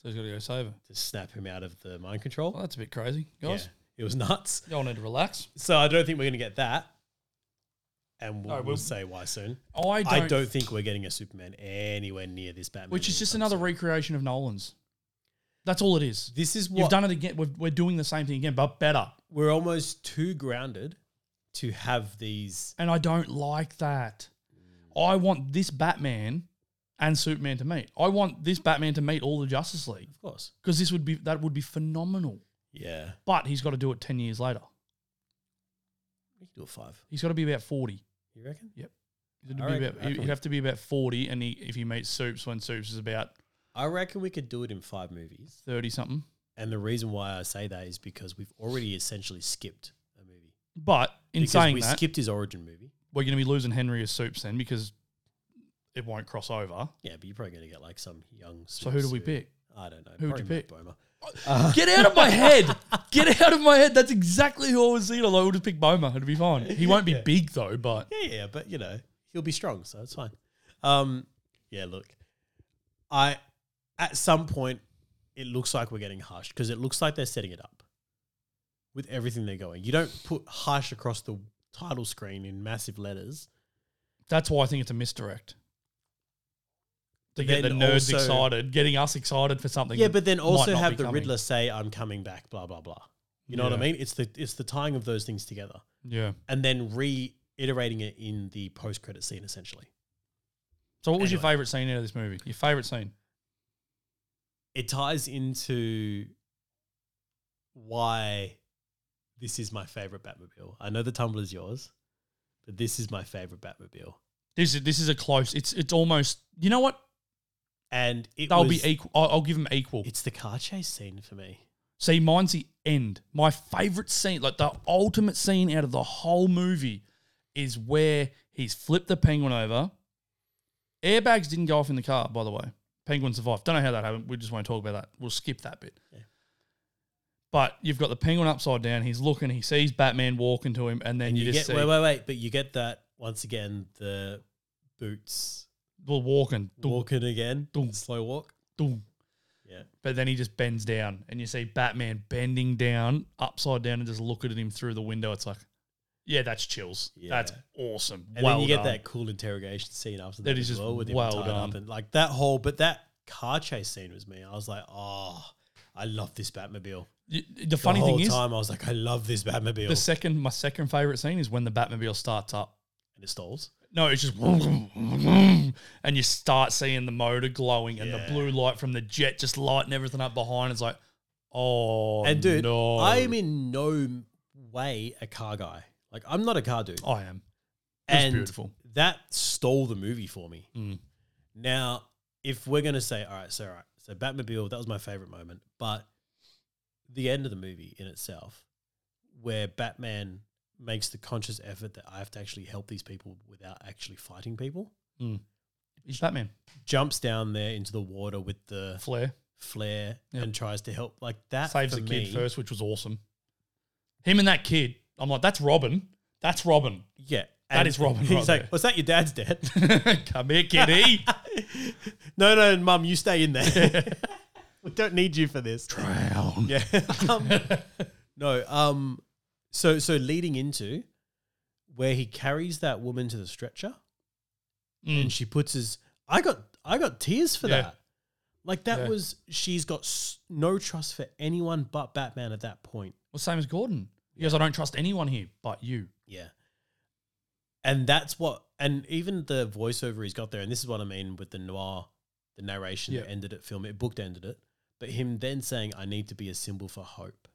[SPEAKER 2] So he's got to go save her.
[SPEAKER 1] to snap him out of the mind
[SPEAKER 2] Well,
[SPEAKER 1] control.
[SPEAKER 2] that's a bit crazy,
[SPEAKER 1] Yeah,
[SPEAKER 2] guys.
[SPEAKER 1] it was nuts.
[SPEAKER 2] Y'all need to relax.
[SPEAKER 1] So I don't think we're going to get that. And we'll,
[SPEAKER 2] No,
[SPEAKER 1] we'll,
[SPEAKER 2] we'll-
[SPEAKER 1] say why soon.
[SPEAKER 2] I don't.
[SPEAKER 1] I don't think we're getting a Superman anywhere near this Batman.
[SPEAKER 2] which is just
[SPEAKER 1] anytime
[SPEAKER 2] another
[SPEAKER 1] soon.
[SPEAKER 2] recreation of Nolan's. That's all it is.
[SPEAKER 1] This is what
[SPEAKER 2] You've done it again. We've, we're doing the same thing again, but better.
[SPEAKER 1] we're almost too grounded to have these.
[SPEAKER 2] and I don't like that. I want this Batman and Superman to meet. I want this Batman to meet all the Justice League
[SPEAKER 1] Of course.
[SPEAKER 2] because this would be that would be phenomenal.
[SPEAKER 1] Yeah.
[SPEAKER 2] But he's got to do it ten years later.
[SPEAKER 1] We can do a five.
[SPEAKER 2] He's got to be about forty.
[SPEAKER 1] You reckon?
[SPEAKER 2] He'd be
[SPEAKER 1] I reckon-
[SPEAKER 2] about-
[SPEAKER 1] I
[SPEAKER 2] he'd
[SPEAKER 1] reckon-
[SPEAKER 2] have to be about forty, and he, if he meets Soups when Soups is about
[SPEAKER 1] I reckon we could do it in five movies.
[SPEAKER 2] thirty something.
[SPEAKER 1] And the reason why I say that is because we've already essentially skipped a movie.
[SPEAKER 2] But in
[SPEAKER 1] because
[SPEAKER 2] saying
[SPEAKER 1] we
[SPEAKER 2] that,
[SPEAKER 1] skipped his origin movie.
[SPEAKER 2] we're going to be losing Henry as Soups then because it won't cross over.
[SPEAKER 1] Yeah, but you're probably going to get like some young.
[SPEAKER 2] So who do we
[SPEAKER 1] swimsuit.
[SPEAKER 2] pick?
[SPEAKER 1] I don't know.
[SPEAKER 2] Who would you
[SPEAKER 1] probably Matt
[SPEAKER 2] pick?
[SPEAKER 1] Bomer.
[SPEAKER 2] Get out of my head! Get out of my head! That's exactly who I was thinking. of. I would have picked Boma. It'd be fine. He won't be big though, but
[SPEAKER 1] Yeah, yeah, but you know he'll be strong, so it's fine. Um, yeah, look, I at some point it looks like we're getting harsh because it looks like they're setting it up with everything they're going. You don't put harsh across the title screen in massive letters.
[SPEAKER 2] that's why I think it's a misdirect. To
[SPEAKER 1] But
[SPEAKER 2] get the
[SPEAKER 1] then
[SPEAKER 2] nerds
[SPEAKER 1] also-
[SPEAKER 2] excited, getting us excited for something.
[SPEAKER 1] yeah, but then also
[SPEAKER 2] not
[SPEAKER 1] have
[SPEAKER 2] be
[SPEAKER 1] the
[SPEAKER 2] coming.
[SPEAKER 1] Riddler say, "I'm coming back," blah blah blah. You know what I
[SPEAKER 2] Yeah.
[SPEAKER 1] mean? It's the it's the tying of those things together
[SPEAKER 2] yeah.
[SPEAKER 1] and then reiterating it in the post credit scene essentially.
[SPEAKER 2] So what was your
[SPEAKER 1] Anyway.
[SPEAKER 2] favorite scene out of this movie? Your favorite scene?
[SPEAKER 1] it ties into why this is my favorite Batmobile. I know the Tumbler's yours, but this is my favorite Batmobile.
[SPEAKER 2] This is this is a close. It's it's almost. You know what?
[SPEAKER 1] And it
[SPEAKER 2] They'll
[SPEAKER 1] was-
[SPEAKER 2] be equal. I'll, I'll give them equal.
[SPEAKER 1] It's the car chase scene for me.
[SPEAKER 2] See, mine's the end. My favorite scene, like the ultimate scene out of the whole movie, is where he's flipped the penguin over. Airbags didn't go off in the car, by the way. Penguin survived. Don't know how that happened. We just won't talk about that. We'll skip that bit. But you've got the penguin upside down. He's looking. He sees Batman walking to him, and then
[SPEAKER 1] And
[SPEAKER 2] you,
[SPEAKER 1] you,
[SPEAKER 2] just
[SPEAKER 1] get
[SPEAKER 2] see
[SPEAKER 1] wait, wait, wait, but you get that once again the boots
[SPEAKER 2] well walking. Dun,
[SPEAKER 1] walking again,
[SPEAKER 2] Dun.
[SPEAKER 1] slow walk.
[SPEAKER 2] dun.
[SPEAKER 1] Yeah,
[SPEAKER 2] But then he just bends down, and you see Batman bending down, upside down, and just looking at him through the window. It's like, yeah, that's chills.
[SPEAKER 1] Yeah.
[SPEAKER 2] That's awesome.
[SPEAKER 1] and
[SPEAKER 2] well
[SPEAKER 1] then you get
[SPEAKER 2] done.
[SPEAKER 1] that cool interrogation scene after
[SPEAKER 2] That
[SPEAKER 1] that,
[SPEAKER 2] is
[SPEAKER 1] as
[SPEAKER 2] just
[SPEAKER 1] well with
[SPEAKER 2] well
[SPEAKER 1] him tied
[SPEAKER 2] done.
[SPEAKER 1] up and like that whole. But that car chase scene was me. I was like, oh, I love this Batmobile.
[SPEAKER 2] Y- The funny
[SPEAKER 1] the whole
[SPEAKER 2] thing is,
[SPEAKER 1] time I was like, I love this Batmobile,
[SPEAKER 2] the second my second favorite scene is when the Batmobile starts up.
[SPEAKER 1] and it stalls.
[SPEAKER 2] No, it's just and you start seeing the motor glowing and
[SPEAKER 1] Yeah.
[SPEAKER 2] the blue light from the jet just lighting everything up behind. It's like, oh,
[SPEAKER 1] And dude,
[SPEAKER 2] no.
[SPEAKER 1] I am in no way a car guy. Like I'm not a car dude,
[SPEAKER 2] I am. It was
[SPEAKER 1] and
[SPEAKER 2] Oh, beautiful.
[SPEAKER 1] that stole the movie for me.
[SPEAKER 2] Mm.
[SPEAKER 1] Now, if we're gonna say, all right, so all right, so Batmobile, that was my favorite moment, but the end of the movie in itself, where Batman makes the conscious effort that I have to actually help these people without actually fighting people,
[SPEAKER 2] It's Batman,
[SPEAKER 1] jumps down there into the water with the
[SPEAKER 2] Flair
[SPEAKER 1] flare
[SPEAKER 2] Yeah.
[SPEAKER 1] and tries to help. Like that
[SPEAKER 2] saves
[SPEAKER 1] for
[SPEAKER 2] the
[SPEAKER 1] me,
[SPEAKER 2] kid first, which was awesome. Him and that kid, I'm like, that's Robin. That's Robin. *laughs*
[SPEAKER 1] Yeah.
[SPEAKER 2] That
[SPEAKER 1] and
[SPEAKER 2] is Robin
[SPEAKER 1] He's
[SPEAKER 2] right
[SPEAKER 1] like,
[SPEAKER 2] there.
[SPEAKER 1] was that your dad's dad?
[SPEAKER 2] Come here, kitty.
[SPEAKER 1] *laughs* no, no, mum, you stay in
[SPEAKER 2] *laughs*
[SPEAKER 1] there. we don't need you for this.
[SPEAKER 2] Brown.
[SPEAKER 1] Yeah. *laughs* um, no. Um. So so leading into where he carries that woman to the stretcher and she puts his. I got I got tears for
[SPEAKER 2] Mm. Yeah.
[SPEAKER 1] that. Like that
[SPEAKER 2] Yeah.
[SPEAKER 1] was she's got s- no trust for anyone but Batman at that point.
[SPEAKER 2] Well, same as Gordon. He goes, I don't trust anyone here but you.
[SPEAKER 1] Yeah. And that's what, and even the voiceover he's got there, and this is what I mean with the noir, the narration
[SPEAKER 2] Yeah.
[SPEAKER 1] that ended it, film it booked ended it, but him then saying, "I need to be a symbol for hope."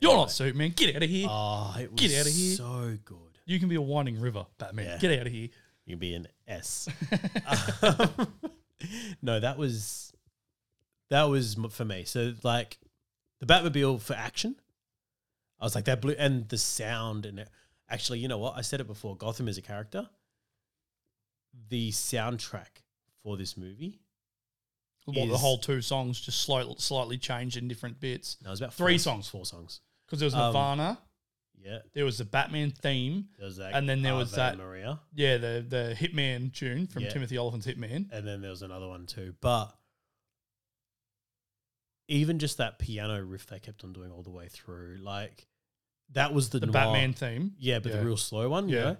[SPEAKER 2] You're not Superman. Get out of here.
[SPEAKER 1] Oh, it was
[SPEAKER 2] Get outta here.
[SPEAKER 1] so good.
[SPEAKER 2] you can be a winding river, Batman.
[SPEAKER 1] Yeah.
[SPEAKER 2] Get out of here. *laughs*
[SPEAKER 1] You can be an S. Um, *laughs* no, that was that was m- for me. So like the Batmobile for action, I was like that blue and the sound and it- actually, you know what? I said it before. Gotham is a character. The soundtrack for this movie.
[SPEAKER 2] What, the
[SPEAKER 1] Is-
[SPEAKER 2] whole two songs just slight, slightly changed in different bits.
[SPEAKER 1] No, it was about
[SPEAKER 2] Three
[SPEAKER 1] four-
[SPEAKER 2] songs.
[SPEAKER 1] four songs.
[SPEAKER 2] Because there was
[SPEAKER 1] Um,
[SPEAKER 2] Nirvana,
[SPEAKER 1] Yeah,
[SPEAKER 2] there was the Batman theme.
[SPEAKER 1] there was that,
[SPEAKER 2] And then there
[SPEAKER 1] Ave
[SPEAKER 2] was that-
[SPEAKER 1] Maria,
[SPEAKER 2] Yeah, the, the Hitman tune from
[SPEAKER 1] Yeah.
[SPEAKER 2] Timothy Oliphant's Hitman.
[SPEAKER 1] and then there was another one too. But even just that piano riff they kept on doing all the way through, like that was the,
[SPEAKER 2] The
[SPEAKER 1] noir-
[SPEAKER 2] Batman theme.
[SPEAKER 1] Yeah, but
[SPEAKER 2] Yeah.
[SPEAKER 1] the real slow one. Yeah.
[SPEAKER 2] Yeah.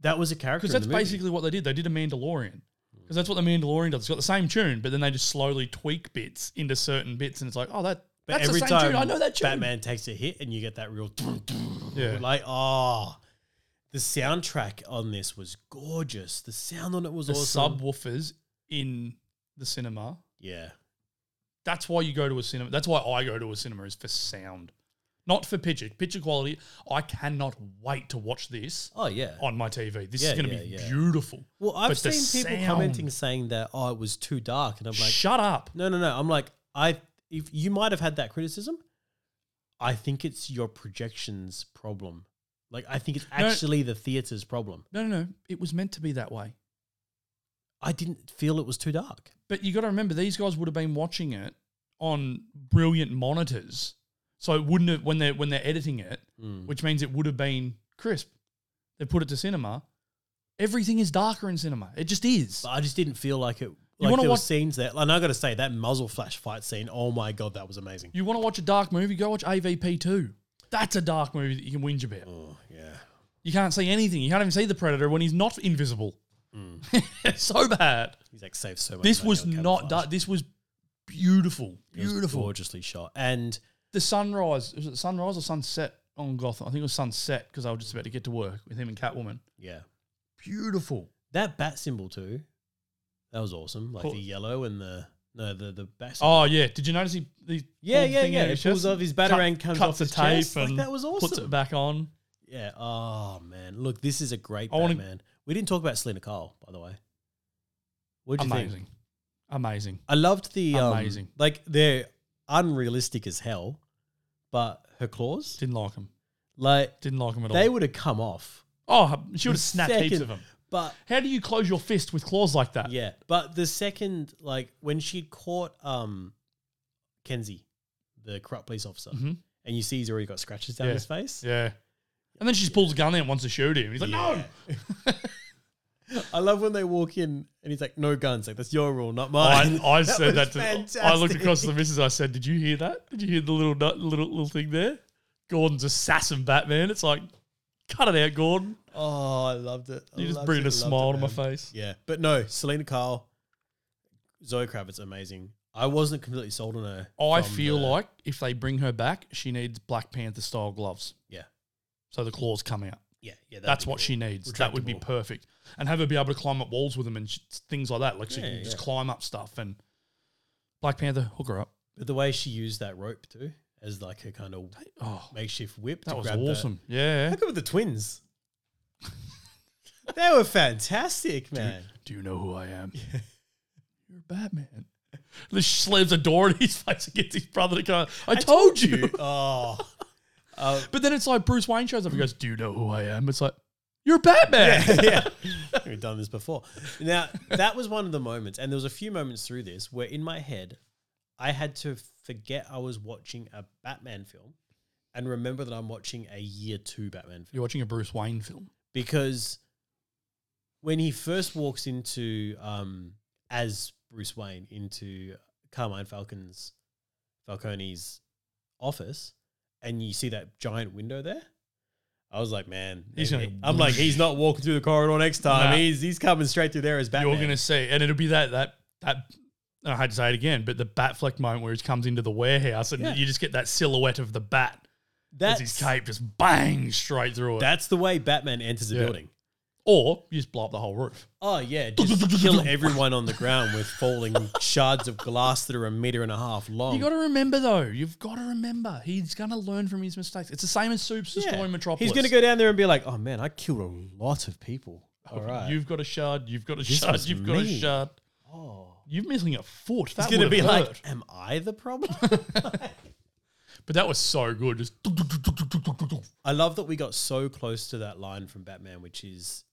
[SPEAKER 1] That was a character.
[SPEAKER 2] Because
[SPEAKER 1] in
[SPEAKER 2] that's
[SPEAKER 1] the movie.
[SPEAKER 2] basically what they did. They did a Mandalorian. Because that's what the Mandalorian does. It's got the same tune, but then they just slowly tweak bits into certain bits. And it's like, oh, that
[SPEAKER 1] But
[SPEAKER 2] That's the
[SPEAKER 1] every
[SPEAKER 2] same
[SPEAKER 1] time
[SPEAKER 2] tune. I know that tune.
[SPEAKER 1] Batman takes a hit and you get that real
[SPEAKER 2] Yeah.
[SPEAKER 1] like ah. the soundtrack on this was gorgeous. The sound on it was
[SPEAKER 2] the
[SPEAKER 1] awesome.
[SPEAKER 2] subwoofers in the cinema.
[SPEAKER 1] yeah.
[SPEAKER 2] That's why you go to a cinema. That's why I go to a cinema is for sound, not for picture. Picture quality. I cannot wait to watch this
[SPEAKER 1] Oh yeah.
[SPEAKER 2] on my TV. This
[SPEAKER 1] Yeah,
[SPEAKER 2] is going to
[SPEAKER 1] yeah,
[SPEAKER 2] be
[SPEAKER 1] yeah.
[SPEAKER 2] beautiful.
[SPEAKER 1] Well, I've
[SPEAKER 2] But the
[SPEAKER 1] seen people
[SPEAKER 2] sound-
[SPEAKER 1] commenting saying that oh, it was too dark, and I'm like,
[SPEAKER 2] Shut up.
[SPEAKER 1] no, no, no. I'm like, I if you might have had that criticism, I think it's your projections problem. Like, I think it's
[SPEAKER 2] No.
[SPEAKER 1] actually the theater's problem.
[SPEAKER 2] No, no, no. It was meant to be that way.
[SPEAKER 1] I didn't feel it was too dark.
[SPEAKER 2] But you got to remember, these guys would have been watching it on brilliant monitors, so it wouldn't have when they're when they're editing it,
[SPEAKER 1] Mm. Hmm.
[SPEAKER 2] which means it would have been crisp. They put it to cinema. Everything is darker in cinema. It just is.
[SPEAKER 1] But I just didn't feel like it. Like
[SPEAKER 2] wanna
[SPEAKER 1] there were
[SPEAKER 2] watch-
[SPEAKER 1] scenes there, and I got to say that muzzle flash fight scene. Oh my god, that was amazing.
[SPEAKER 2] You want to watch a dark movie? Go watch AVP two. That's a dark movie that you can whinge about.
[SPEAKER 1] Oh yeah,
[SPEAKER 2] You can't see anything. You can't even see the predator when he's not invisible. *laughs* so bad.
[SPEAKER 1] Mm. he's like saved so much.
[SPEAKER 2] This
[SPEAKER 1] money
[SPEAKER 2] was
[SPEAKER 1] on
[SPEAKER 2] not
[SPEAKER 1] camouflage.
[SPEAKER 2] dark. This was beautiful.
[SPEAKER 1] It was
[SPEAKER 2] Beautiful.
[SPEAKER 1] gorgeously shot, and
[SPEAKER 2] the sunrise was it sunrise or sunset on Gotham? I think it was sunset because I was just about to get to work with him and Catwoman.
[SPEAKER 1] yeah,
[SPEAKER 2] Beautiful.
[SPEAKER 1] that bat symbol too. That was awesome. Like
[SPEAKER 2] Cool.
[SPEAKER 1] the yellow and the no, the the bat. Symbol.
[SPEAKER 2] Oh yeah. Did you notice he? he
[SPEAKER 1] yeah,
[SPEAKER 2] pulled the
[SPEAKER 1] yeah,
[SPEAKER 2] thing out
[SPEAKER 1] yeah.
[SPEAKER 2] of
[SPEAKER 1] He
[SPEAKER 2] his
[SPEAKER 1] pulls
[SPEAKER 2] chest?
[SPEAKER 1] off his batarang,
[SPEAKER 2] Cut-
[SPEAKER 1] comes
[SPEAKER 2] cuts
[SPEAKER 1] off
[SPEAKER 2] the
[SPEAKER 1] his chest.
[SPEAKER 2] tape
[SPEAKER 1] Like,
[SPEAKER 2] and
[SPEAKER 1] that was
[SPEAKER 2] Puts
[SPEAKER 1] awesome.
[SPEAKER 2] it back on.
[SPEAKER 1] Yeah. Oh man, look, this is a great
[SPEAKER 2] I wanna-
[SPEAKER 1] Batman. We didn't talk about Selena Kyle, by the way. What do you think?
[SPEAKER 2] Amazing. Amazing.
[SPEAKER 1] I loved the um,
[SPEAKER 2] Amazing.
[SPEAKER 1] Like they're unrealistic as hell, but her claws,
[SPEAKER 2] Didn't like him.
[SPEAKER 1] like
[SPEAKER 2] Didn't like him at
[SPEAKER 1] they
[SPEAKER 2] all.
[SPEAKER 1] would have come off.
[SPEAKER 2] Oh, she would have snapped heaps
[SPEAKER 1] second-
[SPEAKER 2] of them.
[SPEAKER 1] But
[SPEAKER 2] How do you close your fist with claws like that?
[SPEAKER 1] yeah, but the second, like when she caught um, Kenzie, the corrupt police officer,
[SPEAKER 2] Mhm.
[SPEAKER 1] and you see he's already got scratches down
[SPEAKER 2] Yeah.
[SPEAKER 1] his face.
[SPEAKER 2] Yeah. And then she just pulls a gun out and wants to shoot him. He's like, no.
[SPEAKER 1] I love when they walk in and he's like, "No guns." Like that's your rule, not
[SPEAKER 2] I,
[SPEAKER 1] mine. *laughs*
[SPEAKER 2] I said that
[SPEAKER 1] was
[SPEAKER 2] to I looked
[SPEAKER 1] fantastic.
[SPEAKER 2] across the missus. I said, "Did you hear that? Did you hear the little nut, little little thing there? Gordon's assassin Batman. It's like, cut it out, Gordon.
[SPEAKER 1] Oh, I loved it. I
[SPEAKER 2] You just
[SPEAKER 1] loved
[SPEAKER 2] bringing
[SPEAKER 1] it,
[SPEAKER 2] a
[SPEAKER 1] loved it,
[SPEAKER 2] smile to my
[SPEAKER 1] man.
[SPEAKER 2] face.
[SPEAKER 1] Yeah, but no, Selena Kyle, Zoe Kravitz, amazing. I wasn't completely sold on her.
[SPEAKER 2] I
[SPEAKER 1] from
[SPEAKER 2] feel
[SPEAKER 1] the-
[SPEAKER 2] like if they bring her back, she needs Black Panther style gloves.
[SPEAKER 1] Yeah.
[SPEAKER 2] So the claws come out.
[SPEAKER 1] yeah, yeah, that'd
[SPEAKER 2] That's
[SPEAKER 1] be
[SPEAKER 2] what
[SPEAKER 1] cool.
[SPEAKER 2] she needs. That would be
[SPEAKER 1] Retractable.
[SPEAKER 2] perfect. And have her be able to climb up walls with them and sh- things like that. Like she
[SPEAKER 1] Yeah,
[SPEAKER 2] can just
[SPEAKER 1] yeah.
[SPEAKER 2] climb up stuff and Black Panther hook her up.
[SPEAKER 1] But the way she used that rope too, as like her kind of
[SPEAKER 2] Oh,
[SPEAKER 1] makeshift whip.
[SPEAKER 2] that
[SPEAKER 1] to
[SPEAKER 2] was
[SPEAKER 1] grab the-
[SPEAKER 2] awesome. Yeah.
[SPEAKER 1] How good were the twins? they were fantastic, man.
[SPEAKER 2] Do you know who I am? *laughs* You're Batman. The sh- slams a door in his face and gets his brother to come. I, told, you.
[SPEAKER 1] *laughs* oh,
[SPEAKER 2] But then it's like Bruce Wayne shows up and goes, Do you know who I am? It's like, You're *laughs* Batman.
[SPEAKER 1] yeah, *laughs* we've done this before. Now that was one of the moments, and there was a few moments through this where in my head, I had to forget I was watching a Batman film, and remember that I'm watching a year two Batman film
[SPEAKER 2] You're watching a Bruce Wayne film.
[SPEAKER 1] because when he first walks into um, as Bruce Wayne into Carmine Falcon's Falcone's office, and you see that giant window there. I was like, man,
[SPEAKER 2] He's gonna-
[SPEAKER 1] I'm like, he's not walking through the corridor next time.
[SPEAKER 2] Nah.
[SPEAKER 1] He's he's coming straight through there as Batman.
[SPEAKER 2] You're gonna say, and it'll be that that that I had to say it again, but the Batfleck moment where he comes into the warehouse and
[SPEAKER 1] Yeah.
[SPEAKER 2] you just get that silhouette of the bat as his
[SPEAKER 1] that's
[SPEAKER 2] cape just bang straight through it.
[SPEAKER 1] that's the way Batman enters a
[SPEAKER 2] Yeah.
[SPEAKER 1] building.
[SPEAKER 2] or you just blow up the whole roof.
[SPEAKER 1] Oh yeah, just kill everyone on the ground with falling
[SPEAKER 2] *laughs*
[SPEAKER 1] shards of glass that are a meter and a half long.
[SPEAKER 2] You got to remember though. You've got to remember he's going to learn from his mistakes. It's the same as Supes
[SPEAKER 1] Yeah.
[SPEAKER 2] destroying Metropolis.
[SPEAKER 1] He's going to go down there and be like, "Oh man, I killed a lot of people." All right.
[SPEAKER 2] You've got a shard. You've got a
[SPEAKER 1] This
[SPEAKER 2] shard.
[SPEAKER 1] was
[SPEAKER 2] You've got a
[SPEAKER 1] me.
[SPEAKER 2] shard.
[SPEAKER 1] oh.
[SPEAKER 2] You're missing a foot. That's
[SPEAKER 1] He's going to be like, "Am I the problem?" *laughs*
[SPEAKER 2] but that was so good. Just
[SPEAKER 1] I love that we got so close to that line from Batman, which is,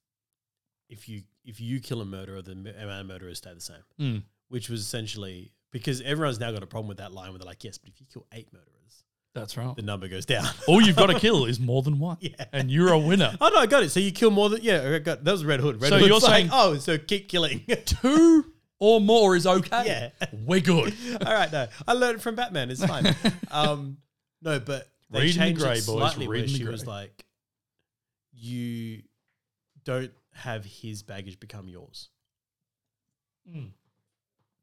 [SPEAKER 1] "If you if you kill a murderer, the mu- amount of murderers stay the same."
[SPEAKER 2] Mm.
[SPEAKER 1] Which was essentially because everyone's now got a problem with that line where they're like, "Yes, but if you kill eight murderers,
[SPEAKER 2] that's right.
[SPEAKER 1] the number goes down." *laughs*
[SPEAKER 2] All you've got to kill is more than one,
[SPEAKER 1] Yeah.
[SPEAKER 2] and you're a winner.
[SPEAKER 1] oh no, I got it. So you kill more than yeah. I got that was Red Hood. Red
[SPEAKER 2] So
[SPEAKER 1] Hood's
[SPEAKER 2] you're
[SPEAKER 1] like,
[SPEAKER 2] saying-
[SPEAKER 1] "Oh, so keep killing." *laughs*
[SPEAKER 2] Two or more is okay.
[SPEAKER 1] Yeah.
[SPEAKER 2] we're good.
[SPEAKER 1] *laughs* All right, no, I learned from Batman. It's fine. Um, no, but they
[SPEAKER 2] Reading the
[SPEAKER 1] changed
[SPEAKER 2] grey,
[SPEAKER 1] it
[SPEAKER 2] boys,
[SPEAKER 1] slightly where
[SPEAKER 2] reading the
[SPEAKER 1] she was
[SPEAKER 2] grey.
[SPEAKER 1] like, "You don't have his baggage become yours."
[SPEAKER 2] Mm.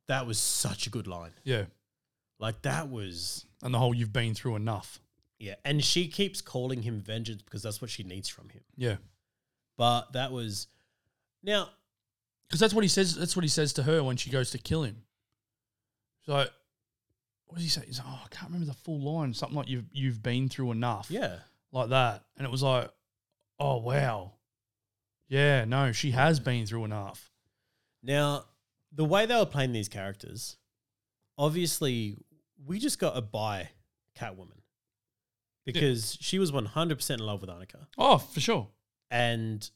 [SPEAKER 1] That was such a good line.
[SPEAKER 2] Yeah,
[SPEAKER 1] Like that was
[SPEAKER 2] and the whole you've been through enough.
[SPEAKER 1] Yeah, and she keeps calling him vengeance because that's what she needs from him.
[SPEAKER 2] Yeah.
[SPEAKER 1] But that was now
[SPEAKER 2] Because that's what he says. That's what he says to her when she goes to kill him. So, what does he say? He's like, oh, I can't remember the full line. Something like you've you've been through enough.
[SPEAKER 1] yeah.
[SPEAKER 2] like that, and it was like, oh wow, yeah, no, she has been through enough.
[SPEAKER 1] Now the way they were playing these characters, obviously we just got a buy Catwoman because she was one hundred percent in love with Annika,
[SPEAKER 2] Oh, for sure.
[SPEAKER 1] and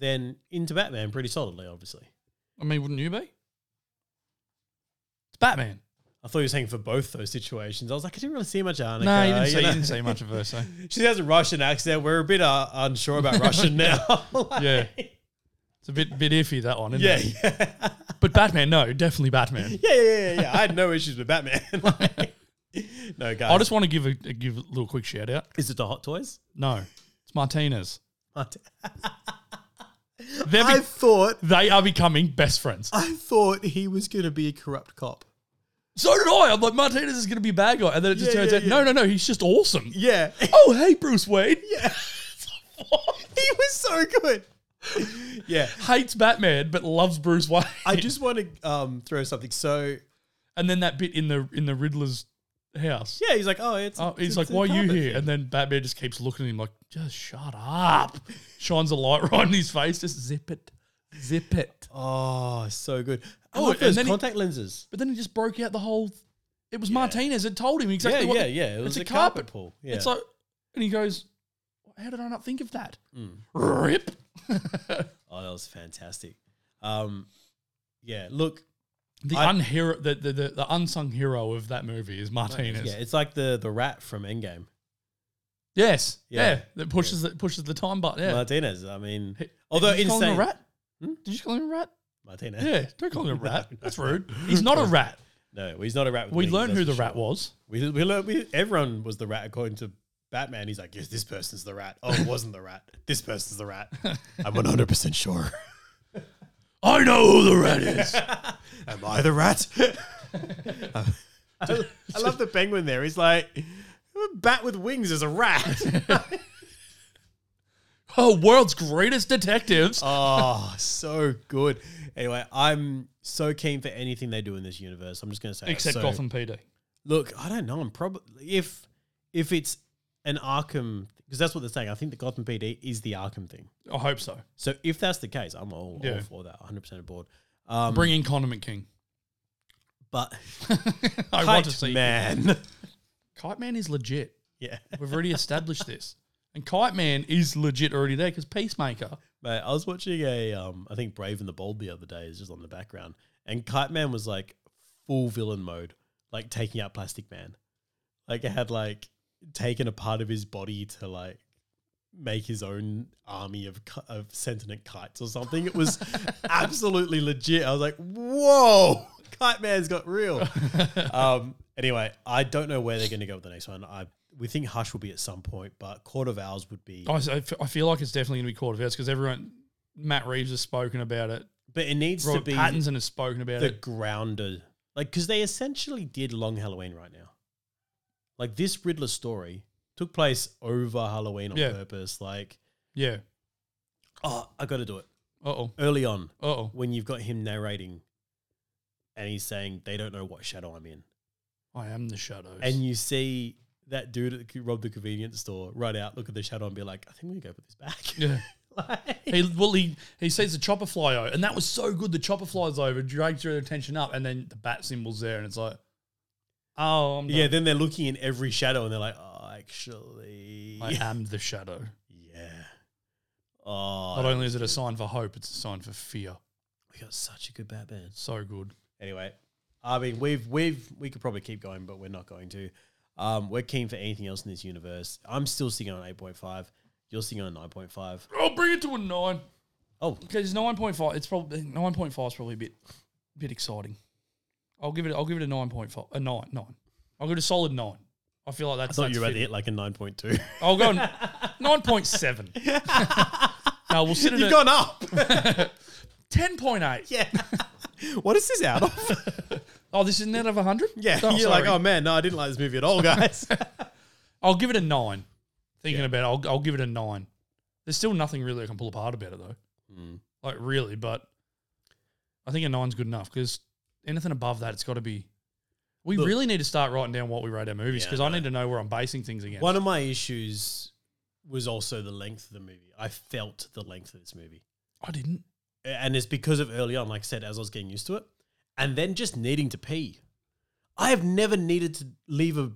[SPEAKER 1] then into Batman pretty solidly. Obviously,
[SPEAKER 2] I mean, wouldn't you be? It's Batman.
[SPEAKER 1] I thought you were saying for both those situations. I was like, I didn't really see much Annika.
[SPEAKER 2] no, you didn't,
[SPEAKER 1] you
[SPEAKER 2] see, you
[SPEAKER 1] know? *laughs*
[SPEAKER 2] didn't see much of her. So
[SPEAKER 1] She has a Russian accent. We're a bit uh, unsure about Russian now. *laughs* Like-
[SPEAKER 2] Yeah. *laughs* it's a bit bit iffy that one, isn't
[SPEAKER 1] Yeah, *laughs*
[SPEAKER 2] it?
[SPEAKER 1] yeah, yeah,
[SPEAKER 2] But Batman, no, definitely *laughs* Batman.
[SPEAKER 1] yeah, yeah, yeah. I had no issues with Batman. *laughs* Like- no, guys.
[SPEAKER 2] I just want to give a, a give a little quick shout out.
[SPEAKER 1] is it the Hot *laughs* Toys?
[SPEAKER 2] No, it's Martinez.
[SPEAKER 1] Hot-
[SPEAKER 2] They're
[SPEAKER 1] I
[SPEAKER 2] be-
[SPEAKER 1] thought,
[SPEAKER 2] they are becoming best friends.
[SPEAKER 1] I thought he was going to be a corrupt cop.
[SPEAKER 2] So did I. I'm like Martinez is going to be a bad guy, and then it just
[SPEAKER 1] Yeah,
[SPEAKER 2] turns
[SPEAKER 1] yeah,
[SPEAKER 2] out no, no, no, he's just awesome.
[SPEAKER 1] Yeah, *laughs*
[SPEAKER 2] Oh, hey, Bruce Wayne.
[SPEAKER 1] yeah. he was so good. Yeah,
[SPEAKER 2] hates Batman but loves Bruce Wayne.
[SPEAKER 1] I just want to um, throw something. So
[SPEAKER 2] *laughs* and then that bit in the in the Riddler's house.
[SPEAKER 1] yeah, he's like, oh, it's.
[SPEAKER 2] Oh,
[SPEAKER 1] it's-
[SPEAKER 2] he's like,
[SPEAKER 1] it's a
[SPEAKER 2] "Why are you
[SPEAKER 1] carpet."
[SPEAKER 2] here?" And then Batman just keeps looking at him like, "Just shut up." *laughs* Shines a light right in his face. Just zip it, zip it.
[SPEAKER 1] Oh, so good.
[SPEAKER 2] Oh,
[SPEAKER 1] Oh,
[SPEAKER 2] and
[SPEAKER 1] those
[SPEAKER 2] then he-
[SPEAKER 1] contact lenses.
[SPEAKER 2] But then he just broke out the whole. It was Martinez that told him exactly
[SPEAKER 1] yeah,
[SPEAKER 2] what.
[SPEAKER 1] yeah,
[SPEAKER 2] the-
[SPEAKER 1] yeah. It was
[SPEAKER 2] a
[SPEAKER 1] a, carpet,
[SPEAKER 2] carpet.
[SPEAKER 1] pool. Yeah.
[SPEAKER 2] It's like, and he goes, "How did I not think of that?"
[SPEAKER 1] Hmm.
[SPEAKER 2] Rip.
[SPEAKER 1] oh, that was fantastic. Um, yeah. Look,
[SPEAKER 2] The
[SPEAKER 1] I-
[SPEAKER 2] unhero, the, the the the unsung hero of that movie is Martinez.
[SPEAKER 1] yeah, it's like the the rat from Endgame.
[SPEAKER 2] Yes. Yeah.
[SPEAKER 1] Yeah.
[SPEAKER 2] That pushes the pushes the time button. Yeah.
[SPEAKER 1] Martinez. I mean,
[SPEAKER 2] Hey,
[SPEAKER 1] although
[SPEAKER 2] Did you call him
[SPEAKER 1] insane.
[SPEAKER 2] a rat?
[SPEAKER 1] Hmm?
[SPEAKER 2] Did you call him a
[SPEAKER 1] *laughs*
[SPEAKER 2] rat?
[SPEAKER 1] Martinez.
[SPEAKER 2] Yeah, don't call him a
[SPEAKER 1] *laughs*
[SPEAKER 2] rat. That's rude. He's not a rat.
[SPEAKER 1] No, he's not a rat. with
[SPEAKER 2] We
[SPEAKER 1] wings,
[SPEAKER 2] learned
[SPEAKER 1] that's
[SPEAKER 2] who
[SPEAKER 1] for
[SPEAKER 2] the
[SPEAKER 1] sure.
[SPEAKER 2] rat was.
[SPEAKER 1] We, we learned we, everyone was the rat according to Batman. He's like, yes, this person's the rat. *laughs* Oh, it wasn't the rat. This person's the rat. I'm 100 percent sure. *laughs*
[SPEAKER 2] I know who the rat is. *laughs*
[SPEAKER 1] Am I the *laughs* rat? Um, I, I love the penguin there. He's like, a bat with wings is a rat.
[SPEAKER 2] oh, world's greatest
[SPEAKER 1] *laughs*
[SPEAKER 2] detectives.
[SPEAKER 1] Oh, so good. Anyway, I'm so keen for anything they do in this universe. I'm just going to say, it.
[SPEAKER 2] Except
[SPEAKER 1] So,
[SPEAKER 2] Gotham PD.
[SPEAKER 1] Look, I don't know. I'm probably if if it's an Arkham because that's what they're saying. I think the Gotham PD is the Arkham thing.
[SPEAKER 2] I hope so.
[SPEAKER 1] So if that's the case, I'm all,
[SPEAKER 2] Yeah.
[SPEAKER 1] all for that. 100 percent aboard. Um,
[SPEAKER 2] Bring in Condiment King.
[SPEAKER 1] but
[SPEAKER 2] *laughs* I want
[SPEAKER 1] Kite
[SPEAKER 2] to
[SPEAKER 1] *laughs*
[SPEAKER 2] see.
[SPEAKER 1] man.
[SPEAKER 2] Kite Man is legit.
[SPEAKER 1] yeah,
[SPEAKER 2] We've already established this. And Kite Man is legit already there because Peacemaker.
[SPEAKER 1] mate. I was watching a um, I think Brave and the Bold the other day is just on the background, and Kite Man was like full villain mode, like taking out Plastic Man, like it had like taken a part of his body to like make his own army of ki- of sentient kites or something. It
[SPEAKER 2] *laughs*
[SPEAKER 1] was absolutely legit. I was like, whoa, Kite Man's got
[SPEAKER 2] *laughs*
[SPEAKER 1] real. um, anyway, I don't know where they're going to go with the next one. I we think Hush will be at some point, but Court of Owls would be.
[SPEAKER 2] I, s- I f- I feel like it's definitely going to be Court of Owls because everyone, Matt Reeves has spoken about it.
[SPEAKER 1] But it needs
[SPEAKER 2] Robert
[SPEAKER 1] to be
[SPEAKER 2] Pattinson has spoken about
[SPEAKER 1] the
[SPEAKER 2] it.
[SPEAKER 1] grounded, like because they essentially did Long Halloween right now. Like this Riddler story took place over Halloween on
[SPEAKER 2] Yeah.
[SPEAKER 1] purpose. Like,
[SPEAKER 2] Yeah.
[SPEAKER 1] oh, I got to do it
[SPEAKER 2] Uh oh.
[SPEAKER 1] early on
[SPEAKER 2] Uh oh.
[SPEAKER 1] when you've got him narrating, and he's saying they don't know what shadow I'm in,
[SPEAKER 2] I am the shadows.
[SPEAKER 1] and you see that dude that robbed the convenience store run out, look at the shadow, and be like, I think we can go put this back.
[SPEAKER 2] *laughs* yeah.
[SPEAKER 1] *laughs* like,
[SPEAKER 2] He well he he sees the chopper fly over, and that was so good. The chopper flies over, drags your attention up, and then the bat symbol's there, and it's like, oh, I'm
[SPEAKER 1] yeah,
[SPEAKER 2] yeah,
[SPEAKER 1] then they're looking in every shadow, and they're like, oh, actually,
[SPEAKER 2] I am
[SPEAKER 1] *laughs*
[SPEAKER 2] the shadow.
[SPEAKER 1] Yeah. Oh,
[SPEAKER 2] Not only is it a sign for hope, it's a sign for fear.
[SPEAKER 1] we got such a good Batman.
[SPEAKER 2] So good.
[SPEAKER 1] Anyway, I mean, we've we've we could probably keep going, but we're not going to. Um, we're keen for anything else in this universe. I'm still sitting on eight point five. You're sitting on nine point five.
[SPEAKER 2] I'll bring it to a nine
[SPEAKER 1] Oh,
[SPEAKER 2] because nine point five. It's probably nine point five is probably a bit, bit exciting. I'll give it. I'll give it a nine point five. A nine, nine. I'll give it a solid nine. I feel like
[SPEAKER 1] I
[SPEAKER 2] that's.
[SPEAKER 1] thought
[SPEAKER 2] that's
[SPEAKER 1] you were about to
[SPEAKER 2] fitting.
[SPEAKER 1] hit like a nine point two.
[SPEAKER 2] I'll go *laughs* nine point seven. no, we'll sit
[SPEAKER 1] *laughs*
[SPEAKER 2] in
[SPEAKER 1] You've
[SPEAKER 2] a
[SPEAKER 1] gone *laughs* up.
[SPEAKER 2] ten point eight.
[SPEAKER 1] yeah. what is this out of?
[SPEAKER 2] Oh, this isn't out of 100?
[SPEAKER 1] *laughs* Yeah,
[SPEAKER 2] Oh,
[SPEAKER 1] you're
[SPEAKER 2] sorry.
[SPEAKER 1] like, oh man, no, I didn't like this movie at all, *laughs* guys.
[SPEAKER 2] I'll give it a nine. Thinking
[SPEAKER 1] Yeah.
[SPEAKER 2] about it, I'll, I'll give it a nine. There's still nothing really I can pull apart about it, though.
[SPEAKER 1] Mm.
[SPEAKER 2] Like, really, but I think a nine's good enough because anything above that, it's got to be. We
[SPEAKER 1] Look-
[SPEAKER 2] really need to start writing down what we rate our movies
[SPEAKER 1] Yeah,
[SPEAKER 2] because
[SPEAKER 1] I
[SPEAKER 2] I need to know where I'm basing things against.
[SPEAKER 1] One of my issues was also the length of the movie. I felt the length of this movie.
[SPEAKER 2] I didn't.
[SPEAKER 1] and it's because of early on, like I said, as I was getting used to it, and then just needing to pee. I have never needed to leave a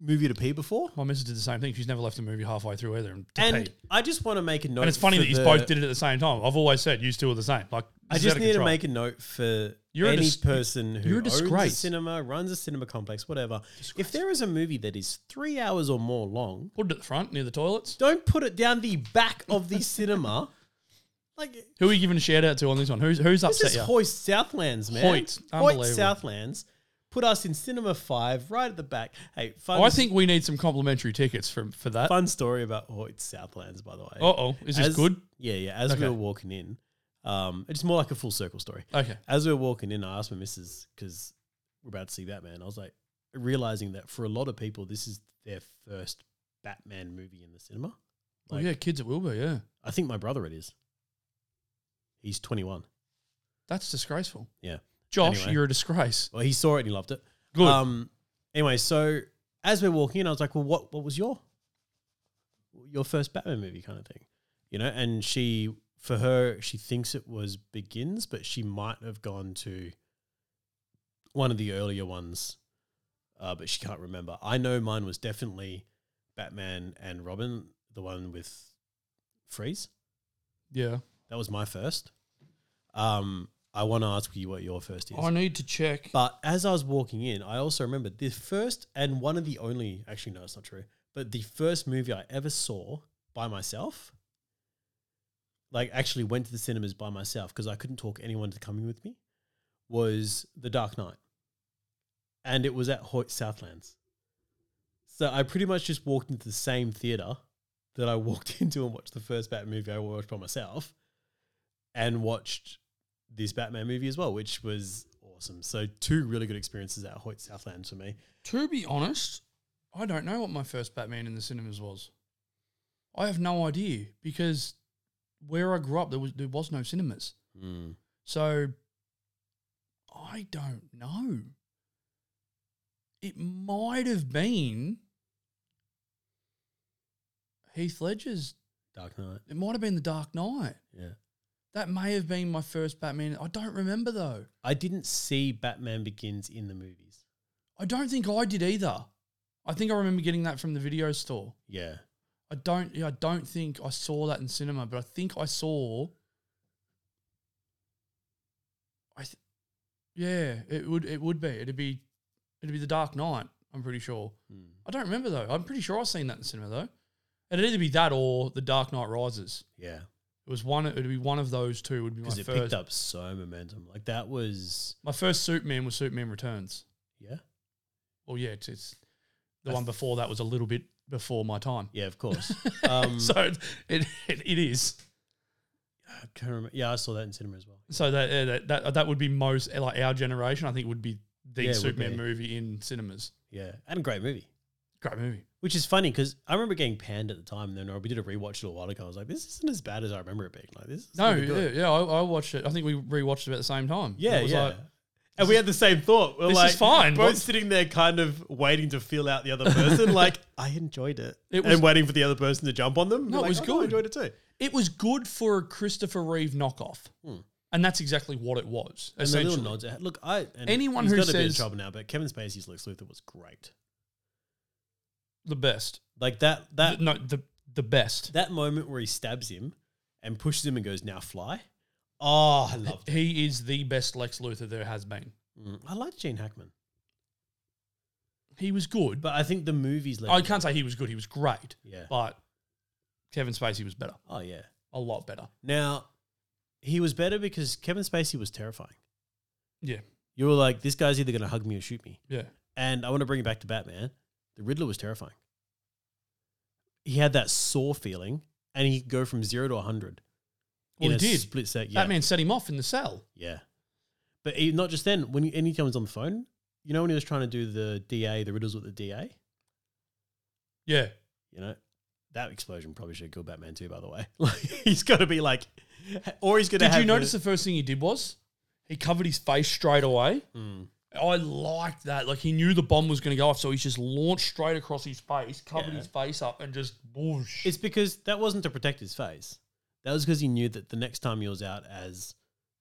[SPEAKER 1] movie to pee before,
[SPEAKER 2] My missus did the same thing. She's never left a movie halfway through either. And, to
[SPEAKER 1] and
[SPEAKER 2] pee.
[SPEAKER 1] I just want to make a note.
[SPEAKER 2] and it's funny
[SPEAKER 1] for
[SPEAKER 2] that you
[SPEAKER 1] the-
[SPEAKER 2] both did it at the same time. I've always said you two are the same. Like,
[SPEAKER 1] I
[SPEAKER 2] this is out
[SPEAKER 1] just
[SPEAKER 2] of
[SPEAKER 1] need to
[SPEAKER 2] control.
[SPEAKER 1] make a note for
[SPEAKER 2] You're a
[SPEAKER 1] any
[SPEAKER 2] dis-
[SPEAKER 1] person who
[SPEAKER 2] you're a
[SPEAKER 1] owns a
[SPEAKER 2] disgrace.
[SPEAKER 1] cinema, runs a cinema complex, whatever. If there is a movie that is three hours or more long,
[SPEAKER 2] put it at the front near the toilets.
[SPEAKER 1] don't put it down the back of the *laughs* cinema. Like
[SPEAKER 2] Who are you giving a shout out to on this one? Who's who's
[SPEAKER 1] This
[SPEAKER 2] upset
[SPEAKER 1] is
[SPEAKER 2] you?
[SPEAKER 1] Hoist Southlands, man.
[SPEAKER 2] Hoyt. Unbelievable.
[SPEAKER 1] Southlands put us in Cinema Five right at the back. Hey, fun.
[SPEAKER 2] Oh, I think we need some complimentary tickets for for that.
[SPEAKER 1] *laughs*
[SPEAKER 2] Uh
[SPEAKER 1] fun story about Hoyt Southlands, by the way.
[SPEAKER 2] oh, is this
[SPEAKER 1] As-
[SPEAKER 2] good?
[SPEAKER 1] Yeah, yeah. As
[SPEAKER 2] Okay.
[SPEAKER 1] we were walking in, um, it's more like a full circle story.
[SPEAKER 2] Okay,
[SPEAKER 1] As we were walking in, I asked my missus because we're about to see Batman. I was like, realizing that for a lot of people, this is their first Batman movie in the cinema.
[SPEAKER 2] oh
[SPEAKER 1] Like-
[SPEAKER 2] yeah, kids, it will be. Yeah,
[SPEAKER 1] I think my brother it is. He's twenty one.
[SPEAKER 2] that's disgraceful.
[SPEAKER 1] Yeah.
[SPEAKER 2] Josh,
[SPEAKER 1] Anyway.
[SPEAKER 2] you're a disgrace.
[SPEAKER 1] Well, he saw it and he loved it.
[SPEAKER 2] Good.
[SPEAKER 1] Um, anyway, so as we're walking in, I was like, "Well, what what was your your first Batman movie kind of thing?" You know, and she for her she thinks it was Begins, but she might have gone to one of the earlier ones, uh, but she can't remember. I know mine was definitely Batman and Robin, the one with Freeze.
[SPEAKER 2] yeah,
[SPEAKER 1] That was my first. Um, I want to ask you what your first is.
[SPEAKER 2] I need to check.
[SPEAKER 1] But as I was walking in, I also remembered the first and one of the only, actually, no, it's not true, but the first movie I ever saw by myself, like actually went to the cinemas by myself because I couldn't talk anyone to coming with me, was The Dark Knight. And it was at Hoyt Southlands. So I pretty much just walked into the same theater that I walked *laughs* into and watched the first Batman movie I watched by myself and watched this Batman movie as well, which was awesome. So two really good experiences at Hoyt Southlands for me.
[SPEAKER 2] To be honest, I don't know what my first Batman in the cinemas was. I have no idea because where I grew up, there was there was no cinemas.
[SPEAKER 1] Hmm.
[SPEAKER 2] So I don't know. It might have been Heath Ledger's.
[SPEAKER 1] Dark Knight.
[SPEAKER 2] It might have been The Dark Knight.
[SPEAKER 1] Yeah.
[SPEAKER 2] That may have been my first Batman. I don't remember though.
[SPEAKER 1] I didn't see Batman Begins in the movies.
[SPEAKER 2] I don't think I did either. I think I remember getting that from the video store.
[SPEAKER 1] Yeah.
[SPEAKER 2] I don't. Yeah, I don't think I saw that in cinema, but I think I saw. I, th- yeah, it would. It would be. It'd be. It'd be the Dark Knight. I'm pretty sure.
[SPEAKER 1] Hmm.
[SPEAKER 2] I don't remember though. I'm pretty sure I've seen that in cinema though. It'd either be that or the Dark Knight Rises.
[SPEAKER 1] Yeah.
[SPEAKER 2] It was one. It'd be one of those two. Would be my
[SPEAKER 1] Because it
[SPEAKER 2] first.
[SPEAKER 1] picked up so momentum. Like that was
[SPEAKER 2] My first Superman was Superman Returns.
[SPEAKER 1] yeah.
[SPEAKER 2] Well, yeah, it's, it's the
[SPEAKER 1] I
[SPEAKER 2] one
[SPEAKER 1] th-
[SPEAKER 2] before that was a little bit before my time.
[SPEAKER 1] Yeah, of *laughs* course. Um
[SPEAKER 2] so it, it, it is.
[SPEAKER 1] I can't remember. Yeah, I saw that in cinema as well.
[SPEAKER 2] So that, yeah, that that that would be most like our generation. I think would be the
[SPEAKER 1] Yeah, it would
[SPEAKER 2] Superman
[SPEAKER 1] be.
[SPEAKER 2] movie in cinemas.
[SPEAKER 1] Yeah. And a great movie.
[SPEAKER 2] Great movie.
[SPEAKER 1] Which is funny because I remember getting panned at the time and then we did a rewatch a little while ago. I was like, this isn't as bad as I remember it being. Like this is
[SPEAKER 2] No,
[SPEAKER 1] really good.
[SPEAKER 2] yeah, yeah I, I watched it. I think we rewatched it about the same time.
[SPEAKER 1] Yeah,
[SPEAKER 2] It was
[SPEAKER 1] yeah.
[SPEAKER 2] like,
[SPEAKER 1] and we had the same thought. We're
[SPEAKER 2] This is
[SPEAKER 1] like,
[SPEAKER 2] fine.
[SPEAKER 1] Both
[SPEAKER 2] What-
[SPEAKER 1] sitting there, kind of waiting to feel out the other
[SPEAKER 2] *laughs*
[SPEAKER 1] person. like, I enjoyed it,
[SPEAKER 2] It was-
[SPEAKER 1] and waiting for the other person to jump on them. We're
[SPEAKER 2] No, it
[SPEAKER 1] like,
[SPEAKER 2] was
[SPEAKER 1] "Oh, I
[SPEAKER 2] good.
[SPEAKER 1] enjoyed it too.
[SPEAKER 2] it was good for a Christopher Reeve knockoff,
[SPEAKER 1] Hmm.
[SPEAKER 2] and that's exactly what it was.
[SPEAKER 1] And the little
[SPEAKER 2] essentially.
[SPEAKER 1] nods. Look, I and
[SPEAKER 2] Anyone
[SPEAKER 1] he's
[SPEAKER 2] who
[SPEAKER 1] got a bit in
[SPEAKER 2] says-
[SPEAKER 1] trouble now, but Kevin Spacey's Lex Luthor was great.
[SPEAKER 2] the best.
[SPEAKER 1] Like that that
[SPEAKER 2] The- no, the the best.
[SPEAKER 1] that moment where he stabs him and pushes him and goes, "Now fly." Oh, I
[SPEAKER 2] *laughs*
[SPEAKER 1] loved it.
[SPEAKER 2] He is the best Lex Luthor there has been.
[SPEAKER 1] Mm. I liked Gene Hackman,
[SPEAKER 2] He was good.
[SPEAKER 1] but I think the movies.
[SPEAKER 2] I can't say he was good. He was great,
[SPEAKER 1] Yeah.
[SPEAKER 2] but Kevin Spacey was better,
[SPEAKER 1] Oh yeah.
[SPEAKER 2] a lot better.
[SPEAKER 1] Now, he was better because Kevin Spacey was terrifying.
[SPEAKER 2] Yeah,
[SPEAKER 1] You were like, this guy's either going to hug me or shoot me.
[SPEAKER 2] yeah.
[SPEAKER 1] And I want to bring it back to Batman. The Riddler was terrifying. He had that sore feeling, and he could go from zero to 100
[SPEAKER 2] Well,
[SPEAKER 1] in
[SPEAKER 2] he
[SPEAKER 1] a
[SPEAKER 2] did.
[SPEAKER 1] split sec. Yeah.
[SPEAKER 2] Batman set him off in the cell.
[SPEAKER 1] Yeah. But he, not just then, when he, and he comes on the phone, you know when he was trying to do the DA, the riddles with the DA.
[SPEAKER 2] Yeah.
[SPEAKER 1] You know, that explosion probably should kill Batman too. By the way, *laughs* like he's got to be like, or he's going to.
[SPEAKER 2] Did you notice the first thing he did was he covered his face straight away?
[SPEAKER 1] Hmm.
[SPEAKER 2] I liked that. Like he knew the bomb was going to go off, so he's just launched straight across his face, covered
[SPEAKER 1] Yeah.
[SPEAKER 2] his face up, and just whoosh.
[SPEAKER 1] It's because that wasn't to protect his face. That was because he knew that the next time he was out as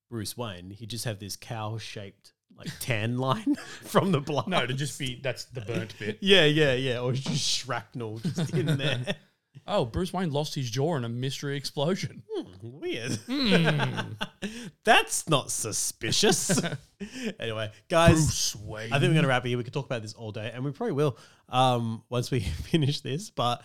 [SPEAKER 1] Bruce Wayne, he'd just have this cow-shaped like tan *laughs* line from the blood.
[SPEAKER 2] no, to just be that's the burnt bit.
[SPEAKER 1] Yeah, yeah, yeah. Or just shrapnel just in there.
[SPEAKER 2] *laughs* Oh, Bruce Wayne lost his jaw in a mystery *laughs* explosion.
[SPEAKER 1] Hmm, Weird. *laughs* That's not
[SPEAKER 2] *laughs*
[SPEAKER 1] suspicious. anyway, guys,
[SPEAKER 2] Bruce Wayne.
[SPEAKER 1] I think we're going to wrap it here. We could talk about this all day, and we probably will um, once we *laughs* finish this. But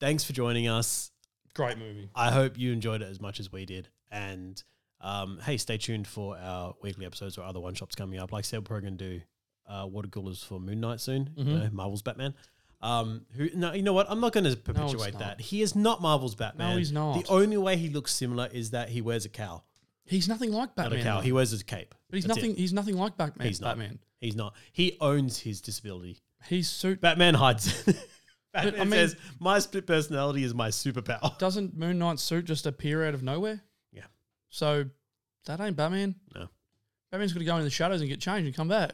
[SPEAKER 1] thanks for joining us.
[SPEAKER 2] Great movie.
[SPEAKER 1] I hope you enjoyed it as much as we did. And um, hey, stay tuned for our weekly episodes or other one shots coming up. Like I said, we're probably going to do uh, water coolers for Moon Knight soon. You
[SPEAKER 2] Mm-hmm.
[SPEAKER 1] know, Marvel's Batman. Um, who? No, you know what? I'm not going to perpetuate
[SPEAKER 2] not.
[SPEAKER 1] that. He is not Marvel's Batman.
[SPEAKER 2] he's not.
[SPEAKER 1] The only way he looks similar is that he wears a cow.
[SPEAKER 2] He's nothing like
[SPEAKER 1] Not a
[SPEAKER 2] Batman.
[SPEAKER 1] cow.
[SPEAKER 2] though.
[SPEAKER 1] He wears a cape.
[SPEAKER 2] but he's
[SPEAKER 1] That's it.
[SPEAKER 2] nothing. He's nothing like Batman.
[SPEAKER 1] He's not.
[SPEAKER 2] Batman.
[SPEAKER 1] He's not. He owns his disability.
[SPEAKER 2] He's suit.
[SPEAKER 1] Batman hides. it. *laughs* Batman
[SPEAKER 2] I mean-
[SPEAKER 1] says, "My split personality is my superpower."
[SPEAKER 2] Doesn't Moon Knight's suit just appear out of nowhere?
[SPEAKER 1] Yeah.
[SPEAKER 2] So that ain't Batman.
[SPEAKER 1] No.
[SPEAKER 2] Batman's got to go in the shadows and get changed and come back.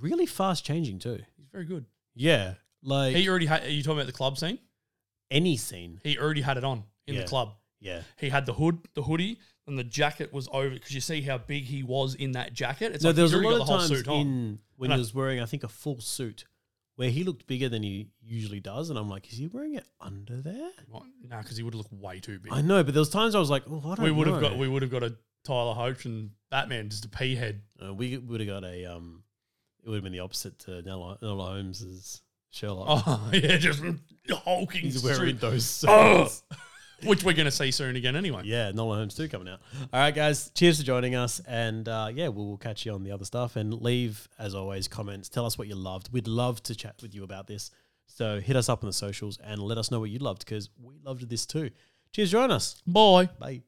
[SPEAKER 1] Really fast changing too.
[SPEAKER 2] He's very good.
[SPEAKER 1] Yeah, like
[SPEAKER 2] He already had. Are you talking about the club scene?
[SPEAKER 1] any scene.
[SPEAKER 2] He already had it on in
[SPEAKER 1] Yeah.
[SPEAKER 2] the club.
[SPEAKER 1] Yeah.
[SPEAKER 2] He had the hood, the hoodie, and the jacket was over because you see how big he was in that jacket. It's
[SPEAKER 1] No,
[SPEAKER 2] like
[SPEAKER 1] there was
[SPEAKER 2] he's
[SPEAKER 1] a
[SPEAKER 2] already
[SPEAKER 1] lot
[SPEAKER 2] got
[SPEAKER 1] of
[SPEAKER 2] the whole
[SPEAKER 1] times
[SPEAKER 2] suit on.
[SPEAKER 1] in when
[SPEAKER 2] And
[SPEAKER 1] he
[SPEAKER 2] I-
[SPEAKER 1] was wearing, I think, a full suit, where he looked bigger than he usually does, and I'm like, is he wearing it under there?
[SPEAKER 2] Well, nah, because he would look way too big.
[SPEAKER 1] I know, but there was times I was like, oh, I don't.
[SPEAKER 2] we would
[SPEAKER 1] know.
[SPEAKER 2] have got we would have got a Tyler Hoach and Batman just a pea head. *laughs*
[SPEAKER 1] Uh, we would have got a. Um, it would have been the opposite to Nella, Nella Holmes's Sherlock.
[SPEAKER 2] Oh yeah, just hulking.
[SPEAKER 1] He's
[SPEAKER 2] through.
[SPEAKER 1] wearing those
[SPEAKER 2] Oh!
[SPEAKER 1] suits.
[SPEAKER 2] which we're going to see soon again anyway.
[SPEAKER 1] Yeah, Nolan Holmes 2 coming out. All right, guys, cheers for joining us. And uh, yeah, we'll, we'll catch you on the other stuff. And leave, as always, comments. Tell us what you loved. We'd love to chat with you about this. So hit us up on the socials and let us know what you loved because we loved this too. Cheers, join us.
[SPEAKER 2] Bye.
[SPEAKER 1] Bye.